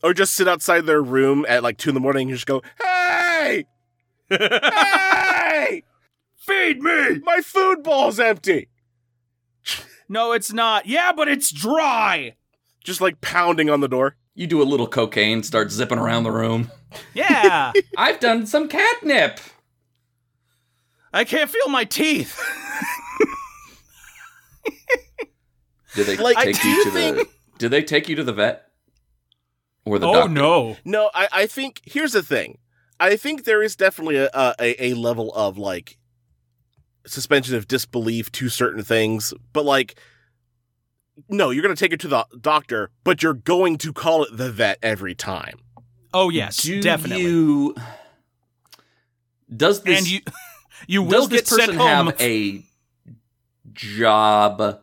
S3: or just sit outside their room at like two in the morning and just go hey hey
S1: Feed me!
S3: my food bowl's empty
S1: No, it's not. Yeah, but it's dry.
S3: just like pounding on the door.
S4: [LAUGHS] You do a little cocaine, start zipping around the room.
S1: Yeah.
S4: I've done some catnip.
S1: I can't feel my teeth.
S4: Did [LAUGHS] they
S3: Like,
S4: take
S3: do
S4: you
S3: you
S4: to the? Did they take you to the vet? Or the
S1: oh,
S4: doctor?
S1: no.
S3: No, I, I think here's the thing. I think there is definitely a, a a level of like suspension of disbelief to certain things, but like no, you're gonna take it to the doctor, but you're going to call it the vet every time.
S1: Oh, yes.
S4: Do
S1: definitely.
S4: you- does this?
S1: and you [LAUGHS] you
S4: does
S1: will
S4: this
S1: get sent
S4: person
S1: home.
S4: have a job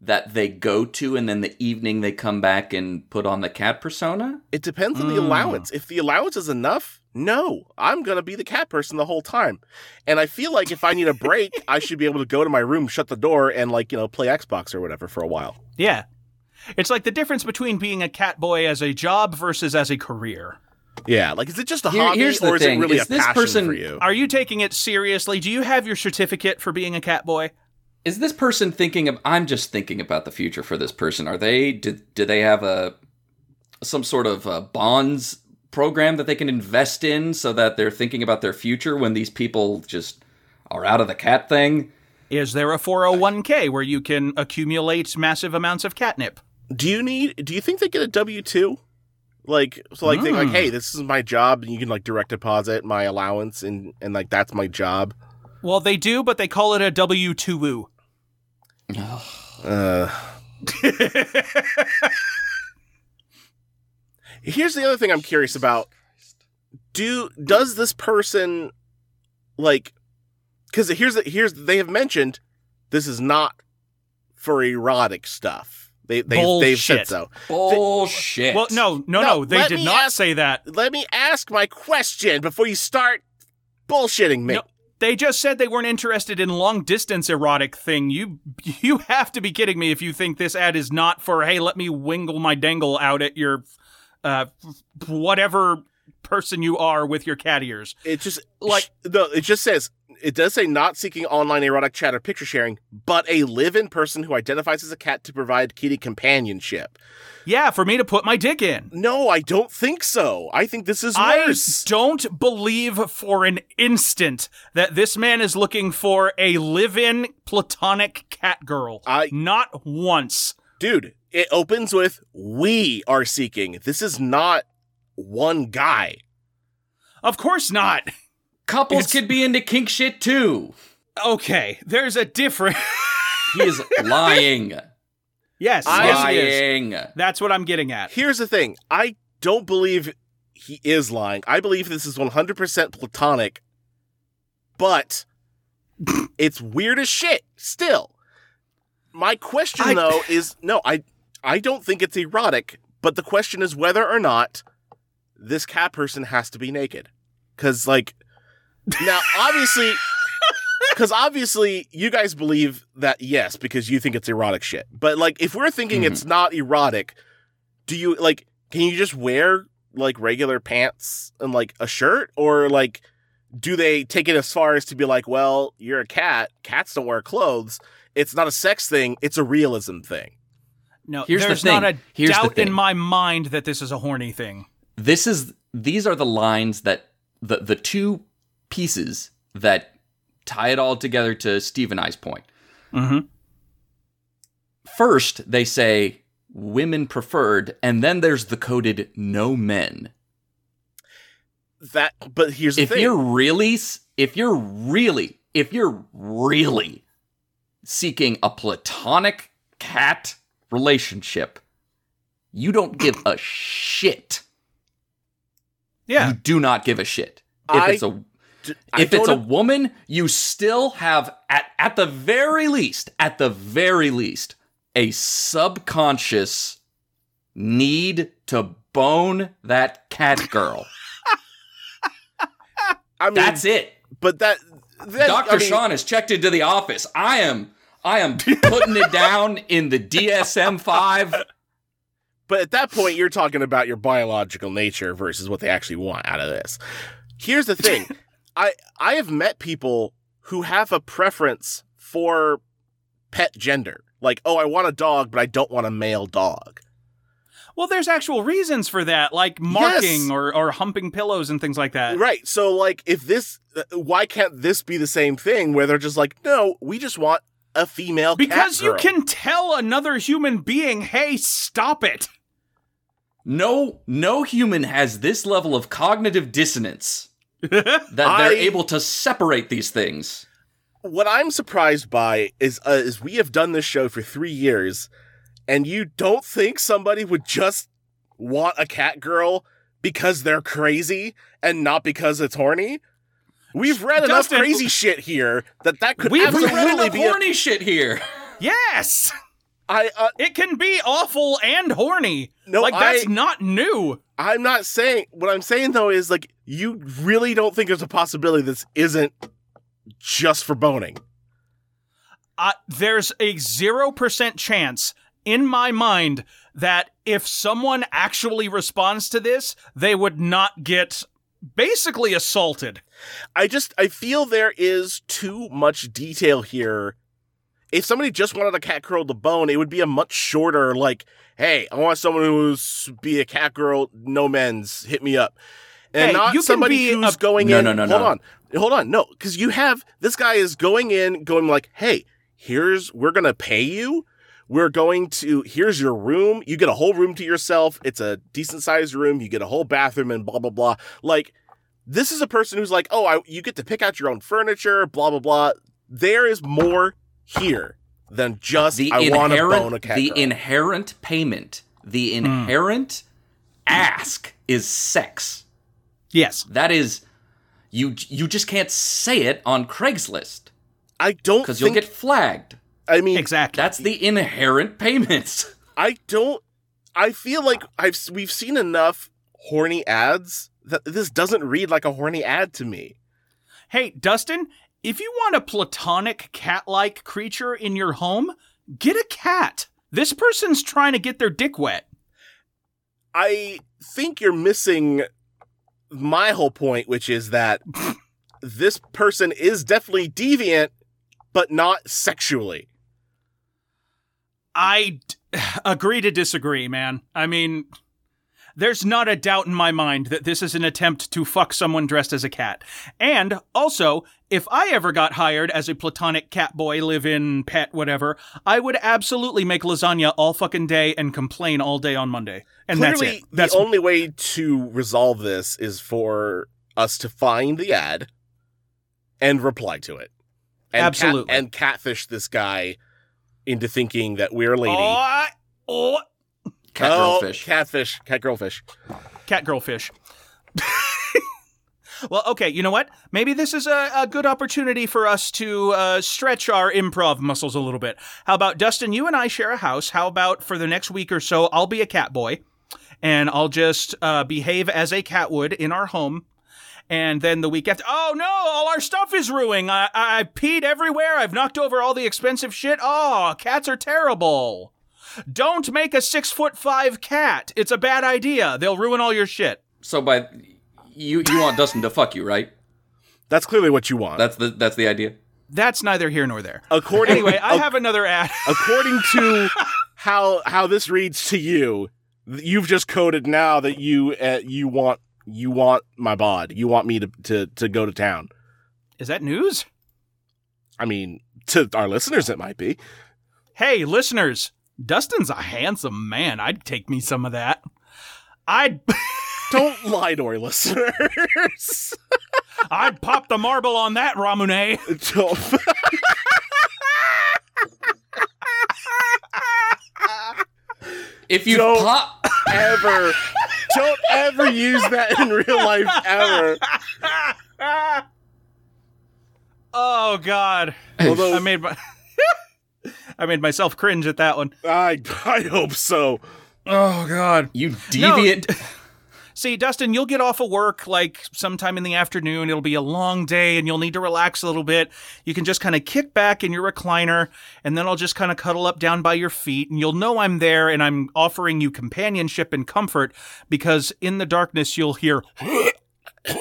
S4: that they go to, and then the evening they come back and put on the cat persona?
S3: It depends on the
S1: Mm.
S3: allowance. If the allowance is enough, no, I'm gonna be the cat person the whole time. And I feel like if I need a
S4: [LAUGHS]
S3: break, I should be able to go to my room, shut the door, and like you know play Xbox or whatever for a while.
S1: yeah. It's like the difference between being a cat boy as a job versus as a career.
S3: Yeah, like is it just a
S4: Here-
S3: hobby
S4: here's the
S3: or is
S4: thing,
S3: it really
S4: is
S3: a
S4: this
S3: passion
S4: person-
S3: for you?
S1: Are you taking it seriously? Do you have your certificate for being a cat boy?
S4: Is this person thinking of? I'm just thinking about the future for this person. Are they? Did do they have a some sort of uh, bonds program that they can invest in so that they're thinking about their future when these people just are out of the cat thing.
S1: Is there a 401k where you can accumulate massive amounts of catnip?
S3: Do you need? Do you think they get a W two? Like so, like they
S1: Hmm.
S3: like, hey, this is my job, and you can like direct deposit my allowance, and and like that's my job.
S1: Well, they do, but they call it a W 2
S3: [LAUGHS]
S1: woo.
S3: Uh. Here's the other thing I'm curious about. Do does this person like cuz here's the, here's they have mentioned this is not for erotic stuff. They they they've said
S1: Bullshit.
S3: so.
S4: Bullshit.
S1: Well, no, no, no.
S3: No,
S1: they
S3: let
S1: did
S3: me
S1: not
S3: ask-
S1: say that.
S3: Let me ask my question before you start bullshitting me.
S1: No, they just said they weren't interested in long distance erotic thing. You you have to be kidding me if you think this ad is not for hey, let me wingle my dangle out at your uh whatever person you are with your cat ears.
S3: It just
S1: Like-
S3: like no, it just says it does say not seeking online erotic chat or picture sharing, but a live-in person who identifies as a cat to provide kitty companionship.
S1: Yeah, for me to put my dick in.
S3: No, I don't think so. I think this is
S1: I
S3: worse.
S1: don't believe for an instant that this man is looking for a live-in platonic cat girl.
S3: I-
S1: not once.
S3: Dude, it opens with we are seeking. This is not one guy.
S1: Of course not.
S4: Couples
S1: It's-
S4: could be into kink shit too.
S1: Okay, there's a difference.
S4: He is lying.
S1: [LAUGHS] yes,
S3: I-
S1: yes, he is.
S4: lying.
S1: That's what I'm getting at.
S3: Here's the thing. I don't believe he is lying. I believe this is 100% platonic.
S1: [LAUGHS]
S3: But it's weird as shit still. My question
S1: I-
S3: though is no, I I don't think it's erotic, but the question is whether or not this cat person has to be naked. Cuz like
S4: [LAUGHS]
S3: now obviously cuz obviously you guys believe that yes because you think it's erotic shit. But like if we're thinking it's
S4: Mm-hmm.
S3: not erotic, do you like can you just wear like regular pants and like a shirt or like do they take it as far as to be like well you're a cat cats don't wear clothes it's not a sex thing it's a realism thing
S1: No,
S4: Here's the
S1: there's
S4: thing.
S1: not a
S4: Here's the
S1: doubt in
S4: thing.
S1: my mind that this is a horny thing.
S4: This is these are the lines that the the two pieces that tie it all together to Steve and I's point.
S1: Mm-hmm.
S4: First, they say women preferred, and then there's the coded no men.
S3: that but here's the
S4: if
S3: thing
S4: you're really s- if you're really if you're really seeking a platonic cat relationship you don't give a shit
S1: Yeah,
S4: you do not give a shit if
S3: I
S4: it's a
S3: d- I
S4: if it's a
S3: don't-
S4: woman you still have at at the very least at the very least a subconscious need to bone that cat girl
S3: [LAUGHS] i mean
S4: that's it
S3: but that that
S4: Dr.
S3: I mean,
S4: Sean has checked into the office. I am I am putting it down in the DSM five.
S3: But at that point, you're talking about your biological nature versus what they actually want out of this. Here's
S1: [LAUGHS]
S3: the thing I, I have met people who have a preference for pet gender. Like, oh, I want a dog, but I don't want a male dog.
S1: well, there's actual reasons for that, like marking or, or humping pillows and things like that.
S3: Right. So, like, if this, uh, why can't this be the same thing where they're just like, no, we just want a female cat
S1: Because you
S3: girl.
S1: can tell another human being, hey, stop it.
S4: No no human has this level of cognitive
S3: [LAUGHS]
S4: dissonance that
S3: I-
S4: they're able to separate these things.
S3: what I'm surprised by is uh, is we have done this show for three years, and you don't think somebody would just want a cat girl because they're crazy and not because it's horny? We've read enough
S1: Dustin-
S3: crazy shit here that that could
S1: We've read
S4: We're really
S3: absolutely be. A,
S4: horny shit here.
S1: Yes,
S3: I uh,
S1: it can be awful and horny.
S3: No,
S1: like that's
S3: I-
S1: not new.
S3: I'm not saying what I'm saying though is like you really don't think there's a possibility this isn't just for boning.
S1: uh, there's a 0% chance in my mind that if someone actually responds to this, they would not get basically assaulted.
S3: I just I feel there is too much detail here. if somebody just wanted a cat curl to bone, it would be a much shorter, like, hey, I want someone who's be a cat girl, no men's, hit me up. And
S6: Hey,
S3: not
S6: you can
S3: somebody
S6: be
S3: who's
S6: a-
S3: going
S4: No,
S3: in.
S4: no, no,
S3: hold
S4: no.
S3: on. Hold on. No, because you have this guy is going in, going like, hey, here's, we're going to pay you. We're going to, here's your room. You get a whole room to yourself. It's a decent sized room. You get a whole bathroom and blah, blah, blah. Like, this is a person who's like, oh, I, you get to pick out your own furniture, blah, blah, blah. There is more here than just
S4: The
S3: I want to bone a
S4: inherent,
S3: cat.
S4: the
S3: girl."
S4: inherent payment, the inherent ask is sex.
S1: Yes.
S4: That is, you you just can't say it on Craigslist
S3: I don't
S4: because
S3: think,
S4: you'll get flagged.
S3: I mean,
S1: Exactly.
S4: That's the
S3: [LAUGHS]
S4: inherent payment.
S3: I don't. I feel like I've we've seen enough horny ads that this doesn't read like a horny ad to me.
S1: Hey, Dustin, if you want a platonic cat like creature in your home, get a cat. This person's trying to get their dick wet.
S3: I think you're missing my whole point, which is
S4: [LAUGHS]
S3: that this person is definitely deviant, but not sexually.
S1: I d- [SIGHS] agree to disagree, man. I mean, there's not a doubt in my mind that this is an attempt to fuck someone dressed as a cat. And also, if I ever got hired as a platonic cat boy, live in, pet, whatever, I would absolutely make lasagna all fucking day and complain all day on Monday. And
S3: Clearly, the
S1: that's it. That's
S3: only way to resolve this is for us to find the ad and reply to it. And cat-
S1: Absolutely.
S3: and catfish this guy into thinking that we're lady.
S1: Oh, I- oh,
S4: Cat
S3: oh,
S4: girlfish.
S3: Catfish. Cat girlfish.
S1: cat girl fish. [LAUGHS] well, okay, you know what? Maybe this is a, a good opportunity for us to uh, stretch our improv muscles a little bit. How about, Dustin, you and I share a house. How about for the next week or so, I'll be a cat boy and I'll just uh, behave as a cat would in our home. And then the week after, oh no, all our stuff is ruining. I, I, I peed everywhere. I've knocked over all the expensive shit. Oh, cats are terrible. Don't make a six foot five cat. It's a bad idea. They'll ruin all your shit.
S4: so by you you want Dustin to fuck you, right?
S3: That's clearly what you want.
S4: That's the that's the idea.
S1: That's neither here nor there.
S3: according
S1: Anyway, I
S3: ac-
S1: have another ad. [LAUGHS]
S3: according to how how this reads to you, th- you've just coded now that you uh, you want you want my bod. You want me to, to to go to town.
S1: Is that news?
S3: I mean, to our listeners it might be.
S1: Hey, listeners, Dustin's a handsome man. I'd take me some of that. I'd [LAUGHS]
S3: Don't lie to our listeners.
S1: I'd pop the marble on that, Ramune. [LAUGHS]
S3: Don't-
S4: If you
S3: Don't-
S4: pop,
S3: ever don't ever use that in real life ever.
S1: Oh God! I
S3: Although
S1: made my [LAUGHS] I made myself cringe at that one.
S3: I I hope so.
S1: Oh God!
S3: [LAUGHS]
S4: you deviant.
S1: See, Dustin, you'll get off of work like sometime in the afternoon. It'll be a long day and you'll need to relax a little bit. You can just kind of kick back in your recliner and then I'll just kind of cuddle up down by your feet and you'll know I'm there and I'm offering you companionship and comfort because in the darkness you'll hear and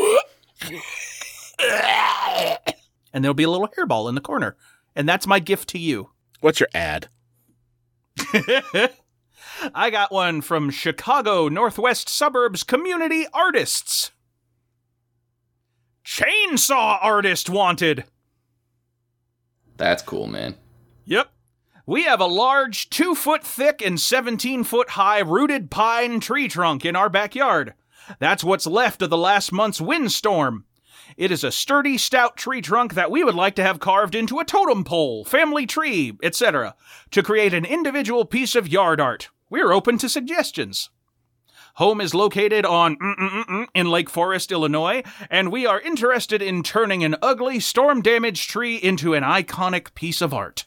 S1: there'll be a little hairball in the corner. And that's my gift to you. [LAUGHS]
S3: What's your ad?
S1: I got one from Chicago Northwest Suburbs Community Artists. Chainsaw artist wanted.
S4: That's cool, man.
S1: Yep. We have a large, two foot thick and 17 foot high rooted pine tree trunk in our backyard. That's what's left of the last month's windstorm. It is a sturdy, stout tree trunk that we would like to have carved into a totem pole, family tree, etc., to create an individual piece of yard art. We're open to suggestions. Home is located on mm, mm-mm-mm-mm in Lake Forest, Illinois, and we are interested in turning an ugly, storm damaged tree into an iconic piece of art.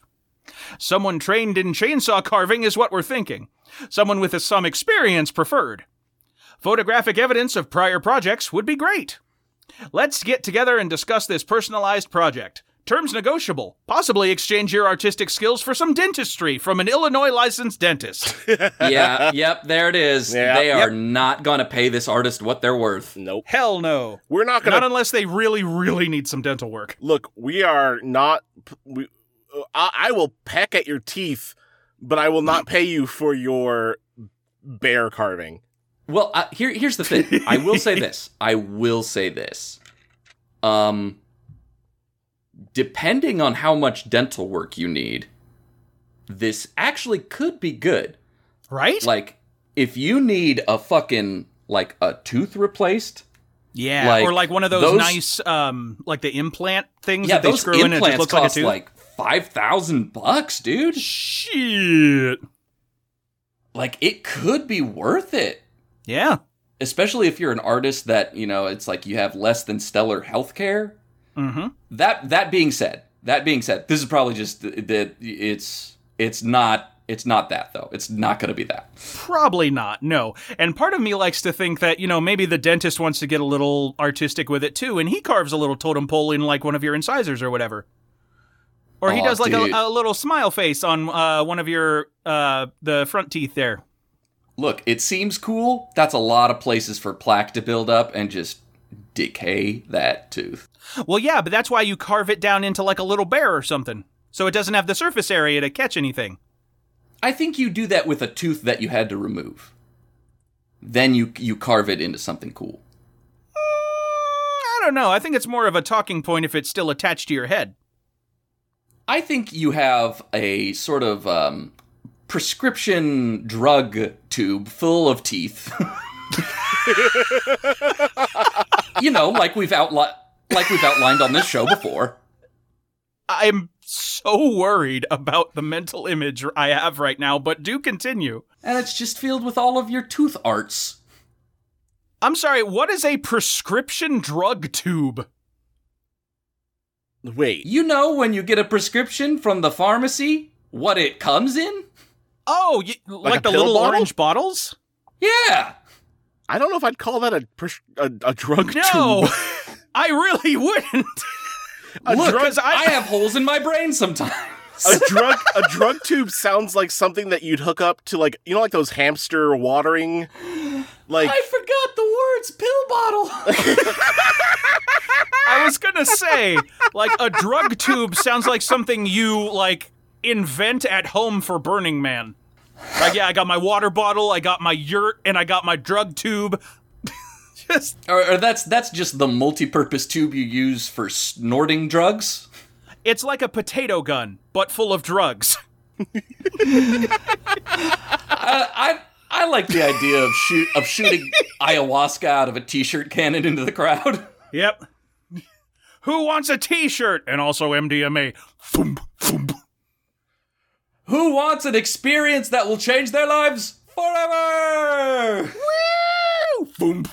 S1: Someone trained in chainsaw carving is what we're thinking. Someone with some experience preferred. Photographic evidence of prior projects would be great. Let's get together and discuss this personalized project. Terms negotiable. Possibly exchange your artistic skills for some dentistry from an Illinois licensed dentist.
S3: [LAUGHS]
S4: Yeah, yep, there it is.
S3: Yeah.
S4: they are not gonna pay this artist what they're worth.
S3: Nope.
S1: Hell no.
S3: We're not gonna
S1: Not unless they really, really need some dental work.
S3: look, we are not. We, I, I will peck at your teeth, but I will not pay you for your bear carving.
S4: Well, uh, here here's the thing. I
S1: [LAUGHS]
S4: will say this. I will say this. Um, depending on how much dental work you need, this actually could be good.
S1: Right?
S4: Like, if you need a fucking like a tooth replaced,
S1: yeah.
S4: like,
S1: or like one of those,
S4: those-
S1: nice, um, like the implant things
S4: yeah,
S1: that they
S4: those
S1: screw in and it just
S4: implants
S1: looks like a
S4: cost
S1: tooth.
S4: like five thousand bucks, dude.
S1: Shit.
S4: Like, it could be worth it.
S1: Yeah.
S4: especially if you're an artist that you know it's like you have less than stellar healthcare.
S1: Mm-hmm.
S4: That that being said, that being said, this is probably just that it's it's not it's not that though. It's not going to be that.
S1: Probably not, no. And part of me likes to think that, you know, maybe the dentist wants to get a little artistic with it too, and he carves a little totem pole in like one of your incisors or whatever. Or he
S4: Aw,
S1: does like a,
S4: dude.
S1: a little smile face on uh, one of your uh, the front teeth there.
S4: Look, it seems cool. That's a lot of places for plaque to build up and just decay that tooth.
S1: Well, yeah, but that's why you carve it down into like a little bear or something, so it doesn't have the surface area to catch anything. Mm,
S4: I think you do that with a tooth that you had to remove. Then you you carve it into something cool.
S1: I don't know. I think it's more of a talking point if it's still attached to your head.
S4: I think you have a sort of um, prescription drug tube full of teeth. [LAUGHS] you know, like we've outlined, like we've outlined on this show before.
S1: I'm so worried about the mental image I have right now, but do continue.
S4: And it's just filled with all of your tooth arts.
S1: I'm sorry, what is a prescription drug tube?
S3: Wait,
S4: You know, when you get a prescription from the pharmacy, what it comes in?
S1: Oh, y like,
S3: a
S1: the
S3: pill
S1: little
S3: bottle?
S1: orange bottles?
S4: Yeah.
S3: I don't know if I'd call that a pres- a, a drug
S1: No,
S3: tube.
S1: [LAUGHS] I really wouldn't.
S3: A
S4: Look,
S3: drug
S1: 'cause I-
S4: I have holes in my brain sometimes. [LAUGHS]
S3: a drug a drug tube sounds like something that you'd hook up to like you know like those hamster watering like
S4: I forgot the words pill bottle. [LAUGHS]
S1: I was gonna say, like a drug tube sounds like something you like invent at home for Burning Man. Like, yeah, I got my water bottle, I got my yurt, and I got my drug tube. Just
S4: or, or that's that's just the multi-purpose tube you use for snorting drugs.
S1: it's like a potato gun, but full of drugs.
S4: I I like the idea of shoot of shooting ayahuasca out of a t-shirt cannon into the crowd. [LAUGHS]
S1: Yep. [LAUGHS] Who wants a T-shirt and also MDMA? Thump, thump.
S4: Who wants an experience that will change their lives forever?
S1: Boom.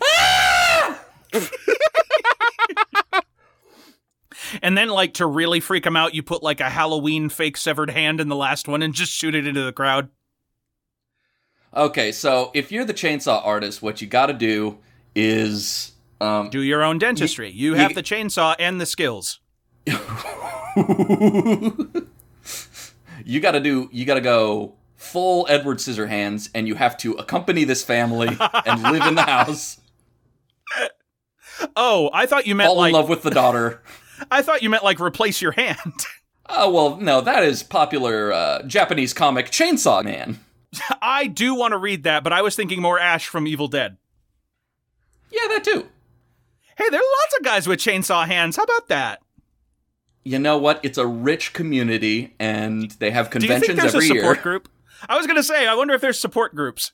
S1: Ah! and then, like, to really freak him out, you put, like, a Halloween fake severed hand in the last one and just shoot it into the crowd.
S4: Okay, so if you're the chainsaw artist, what you got to do is um [LAUGHS]
S1: Do your own dentistry. You,
S4: you-
S1: have the chainsaw and the skills.
S4: you got to do you got to go full Edward Scissorhands and you have to accompany this family and live in the house,
S1: Oh, I thought you meant,
S4: fall
S1: like,
S4: in love with
S1: [LAUGHS]
S4: the daughter.
S1: I thought you meant, like, replace your hand. [LAUGHS]
S4: Oh well, no, that is popular uh, Japanese comic Chainsaw Man.
S1: I do want to read that, but I was thinking more Ash from Evil Dead.
S4: Yeah, that too.
S1: Hey, there are lots of guys with chainsaw hands. How about that?
S4: You know what? It's a rich community, and they have
S1: Do you think
S4: conventions
S1: there's a
S4: every
S1: support
S4: year.
S1: group? I was going to say, I wonder if there's support groups.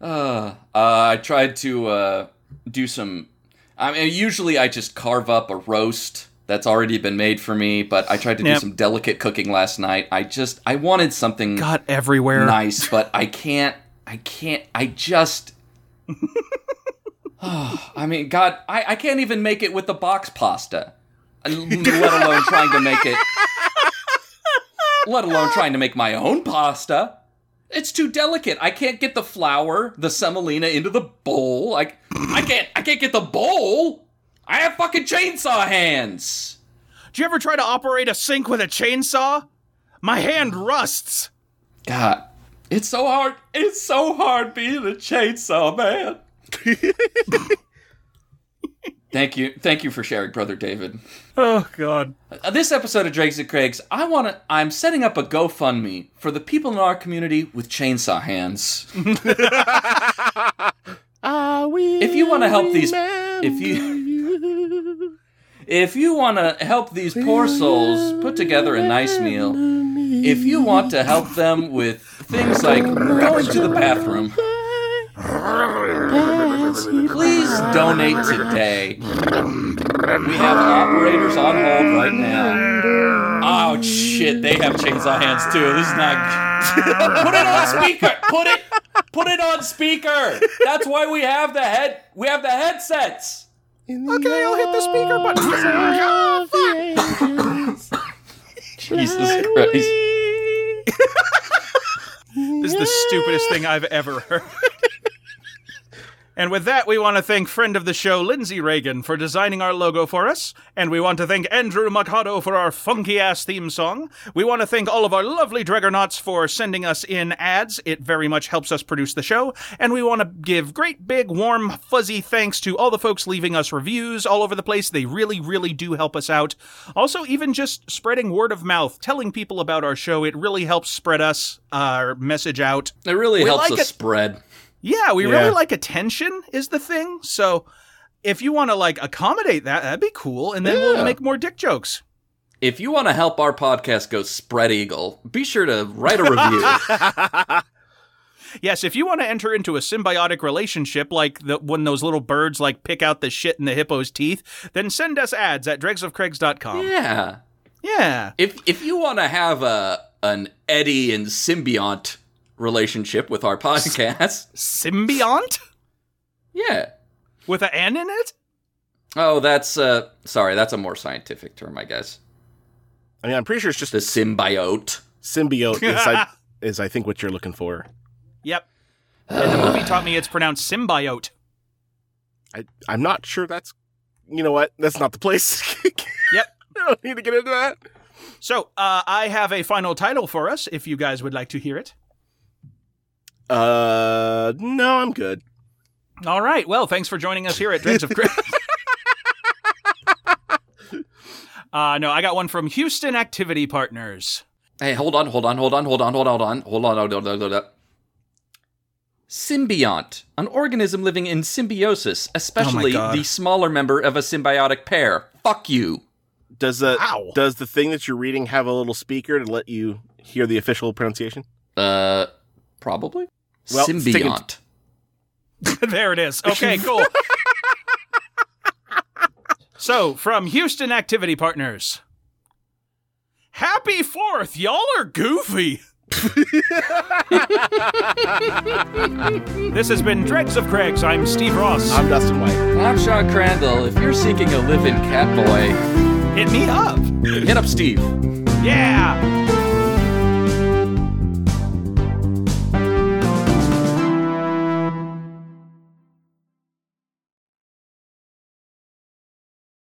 S4: Uh, uh, I tried to uh, do some. I mean, usually I just carve up a roast that's already been made for me, but I tried to do
S1: Yep.
S4: some delicate cooking last night. I just I wanted something
S1: Got everywhere.
S4: nice, but I can't. I can't. I just. [SIGHS] I mean, God, I, I can't even make it with the box pasta, let alone trying to make it. Let alone trying to make my own pasta. It's too delicate. I can't get the flour, the semolina into the bowl. Like, I can't. I can't get the bowl. I have fucking chainsaw hands.
S1: Do you ever try to operate a sink with a chainsaw? My hand rusts.
S4: God, it's so hard. It's so hard being a chainsaw man. Thank you, thank you for sharing, brother David.
S1: Oh God.
S4: Uh, This episode of Dregs and Craigs, I want to. I'm setting up a GoFundMe for the people in our community with chainsaw hands.
S3: Ah, we.
S4: If you wanna help these-
S3: remember
S4: if you-
S3: you
S4: If you want to help these poor souls put together a nice meal, if you want to help them with things like going to the bathroom, please donate today. We have operators on hold right now. Oh shit, they have chainsaw hands too. This is not [LAUGHS] Put it on speaker. Put it put it on speaker. That's why we have the head we have the headsets.
S3: okay, I'll hit the speaker
S4: [LAUGHS]
S3: Oh, button.
S4: Jesus Christ.
S1: This is the stupidest thing I've ever heard. and with that, we want to thank friend of the show, Lindsay Reagan, for designing our logo for us. And we want to thank Andrew Mikado for our funky ass theme song. We want to thank all of our lovely Dregonauts for sending us in ads. It very much helps us produce the show. And we want to give great big, warm, fuzzy thanks to all the folks leaving us reviews all over the place. They really, really do help us out. Also, even just spreading word of mouth, telling people about our show, it really helps spread us, our message out.
S4: It really helps
S1: like
S4: us
S1: it-
S4: spread.
S1: Yeah, we
S3: Yeah.
S1: really like attention is the thing. So if you want to like accommodate that, that'd be cool, and then
S3: Yeah.
S1: we'll make more dick jokes.
S4: If you want to help our podcast go spread eagle, be sure to write a review.
S1: [LAUGHS]
S4: [LAUGHS]
S1: Yes, if you want to enter into a symbiotic relationship, like the, when those little birds like pick out the shit in the hippo's teeth, then send us ads at dregsofcraigs.com. Yeah.
S4: yeah.
S1: yeah.
S4: If if you want to have a an Eddie and symbiont relationship with our podcast, [LAUGHS]
S1: Symbiont
S4: yeah.
S1: with an N in it?
S4: Oh, that's uh sorry, that's a more scientific term, I guess.
S3: [LAUGHS] I mean, I'm pretty sure it's just
S4: The symbiote.
S3: symbiote is, I, is I think what you're looking for.
S1: Yep. And the movie taught me it's pronounced symbiote.
S3: I I'm not sure that's you know what that's not the place. [LAUGHS]
S1: Yep.
S3: I don't need to get into that.
S1: So uh, I have a final title for us if you guys would like to hear it.
S3: Uh, no, I'm good.
S1: All right. Well, thanks for joining us here at Dregs of Chris. uh, no, I got one from Houston Activity Partners. [LAUGHS]
S4: Hey, hold on, hold on, hold on, hold on, hold on, hold on, hold on, hold on, hold on, hold on. Symbiont, an organism living in symbiosis, especially
S1: Oh God.
S4: the smaller member of a symbiotic pair. Fuck you.
S3: Does the
S1: Ow.
S3: does the thing that you're reading have a little speaker to let you hear the official pronunciation?
S4: Uh, probably.
S3: Well, stick it-
S4: Symbiont.
S1: there it is. Okay, cool. so, from Houston Activity Partners. Happy 4th. Y'all are goofy. this has been Dregs of Craigs. I'm Steve Ross.
S3: I'm Dustin White.
S4: I'm Sean Crandall. If you're seeking a live-in cat boy,
S1: Hit me up.
S4: hit up Steve.
S1: Yeah.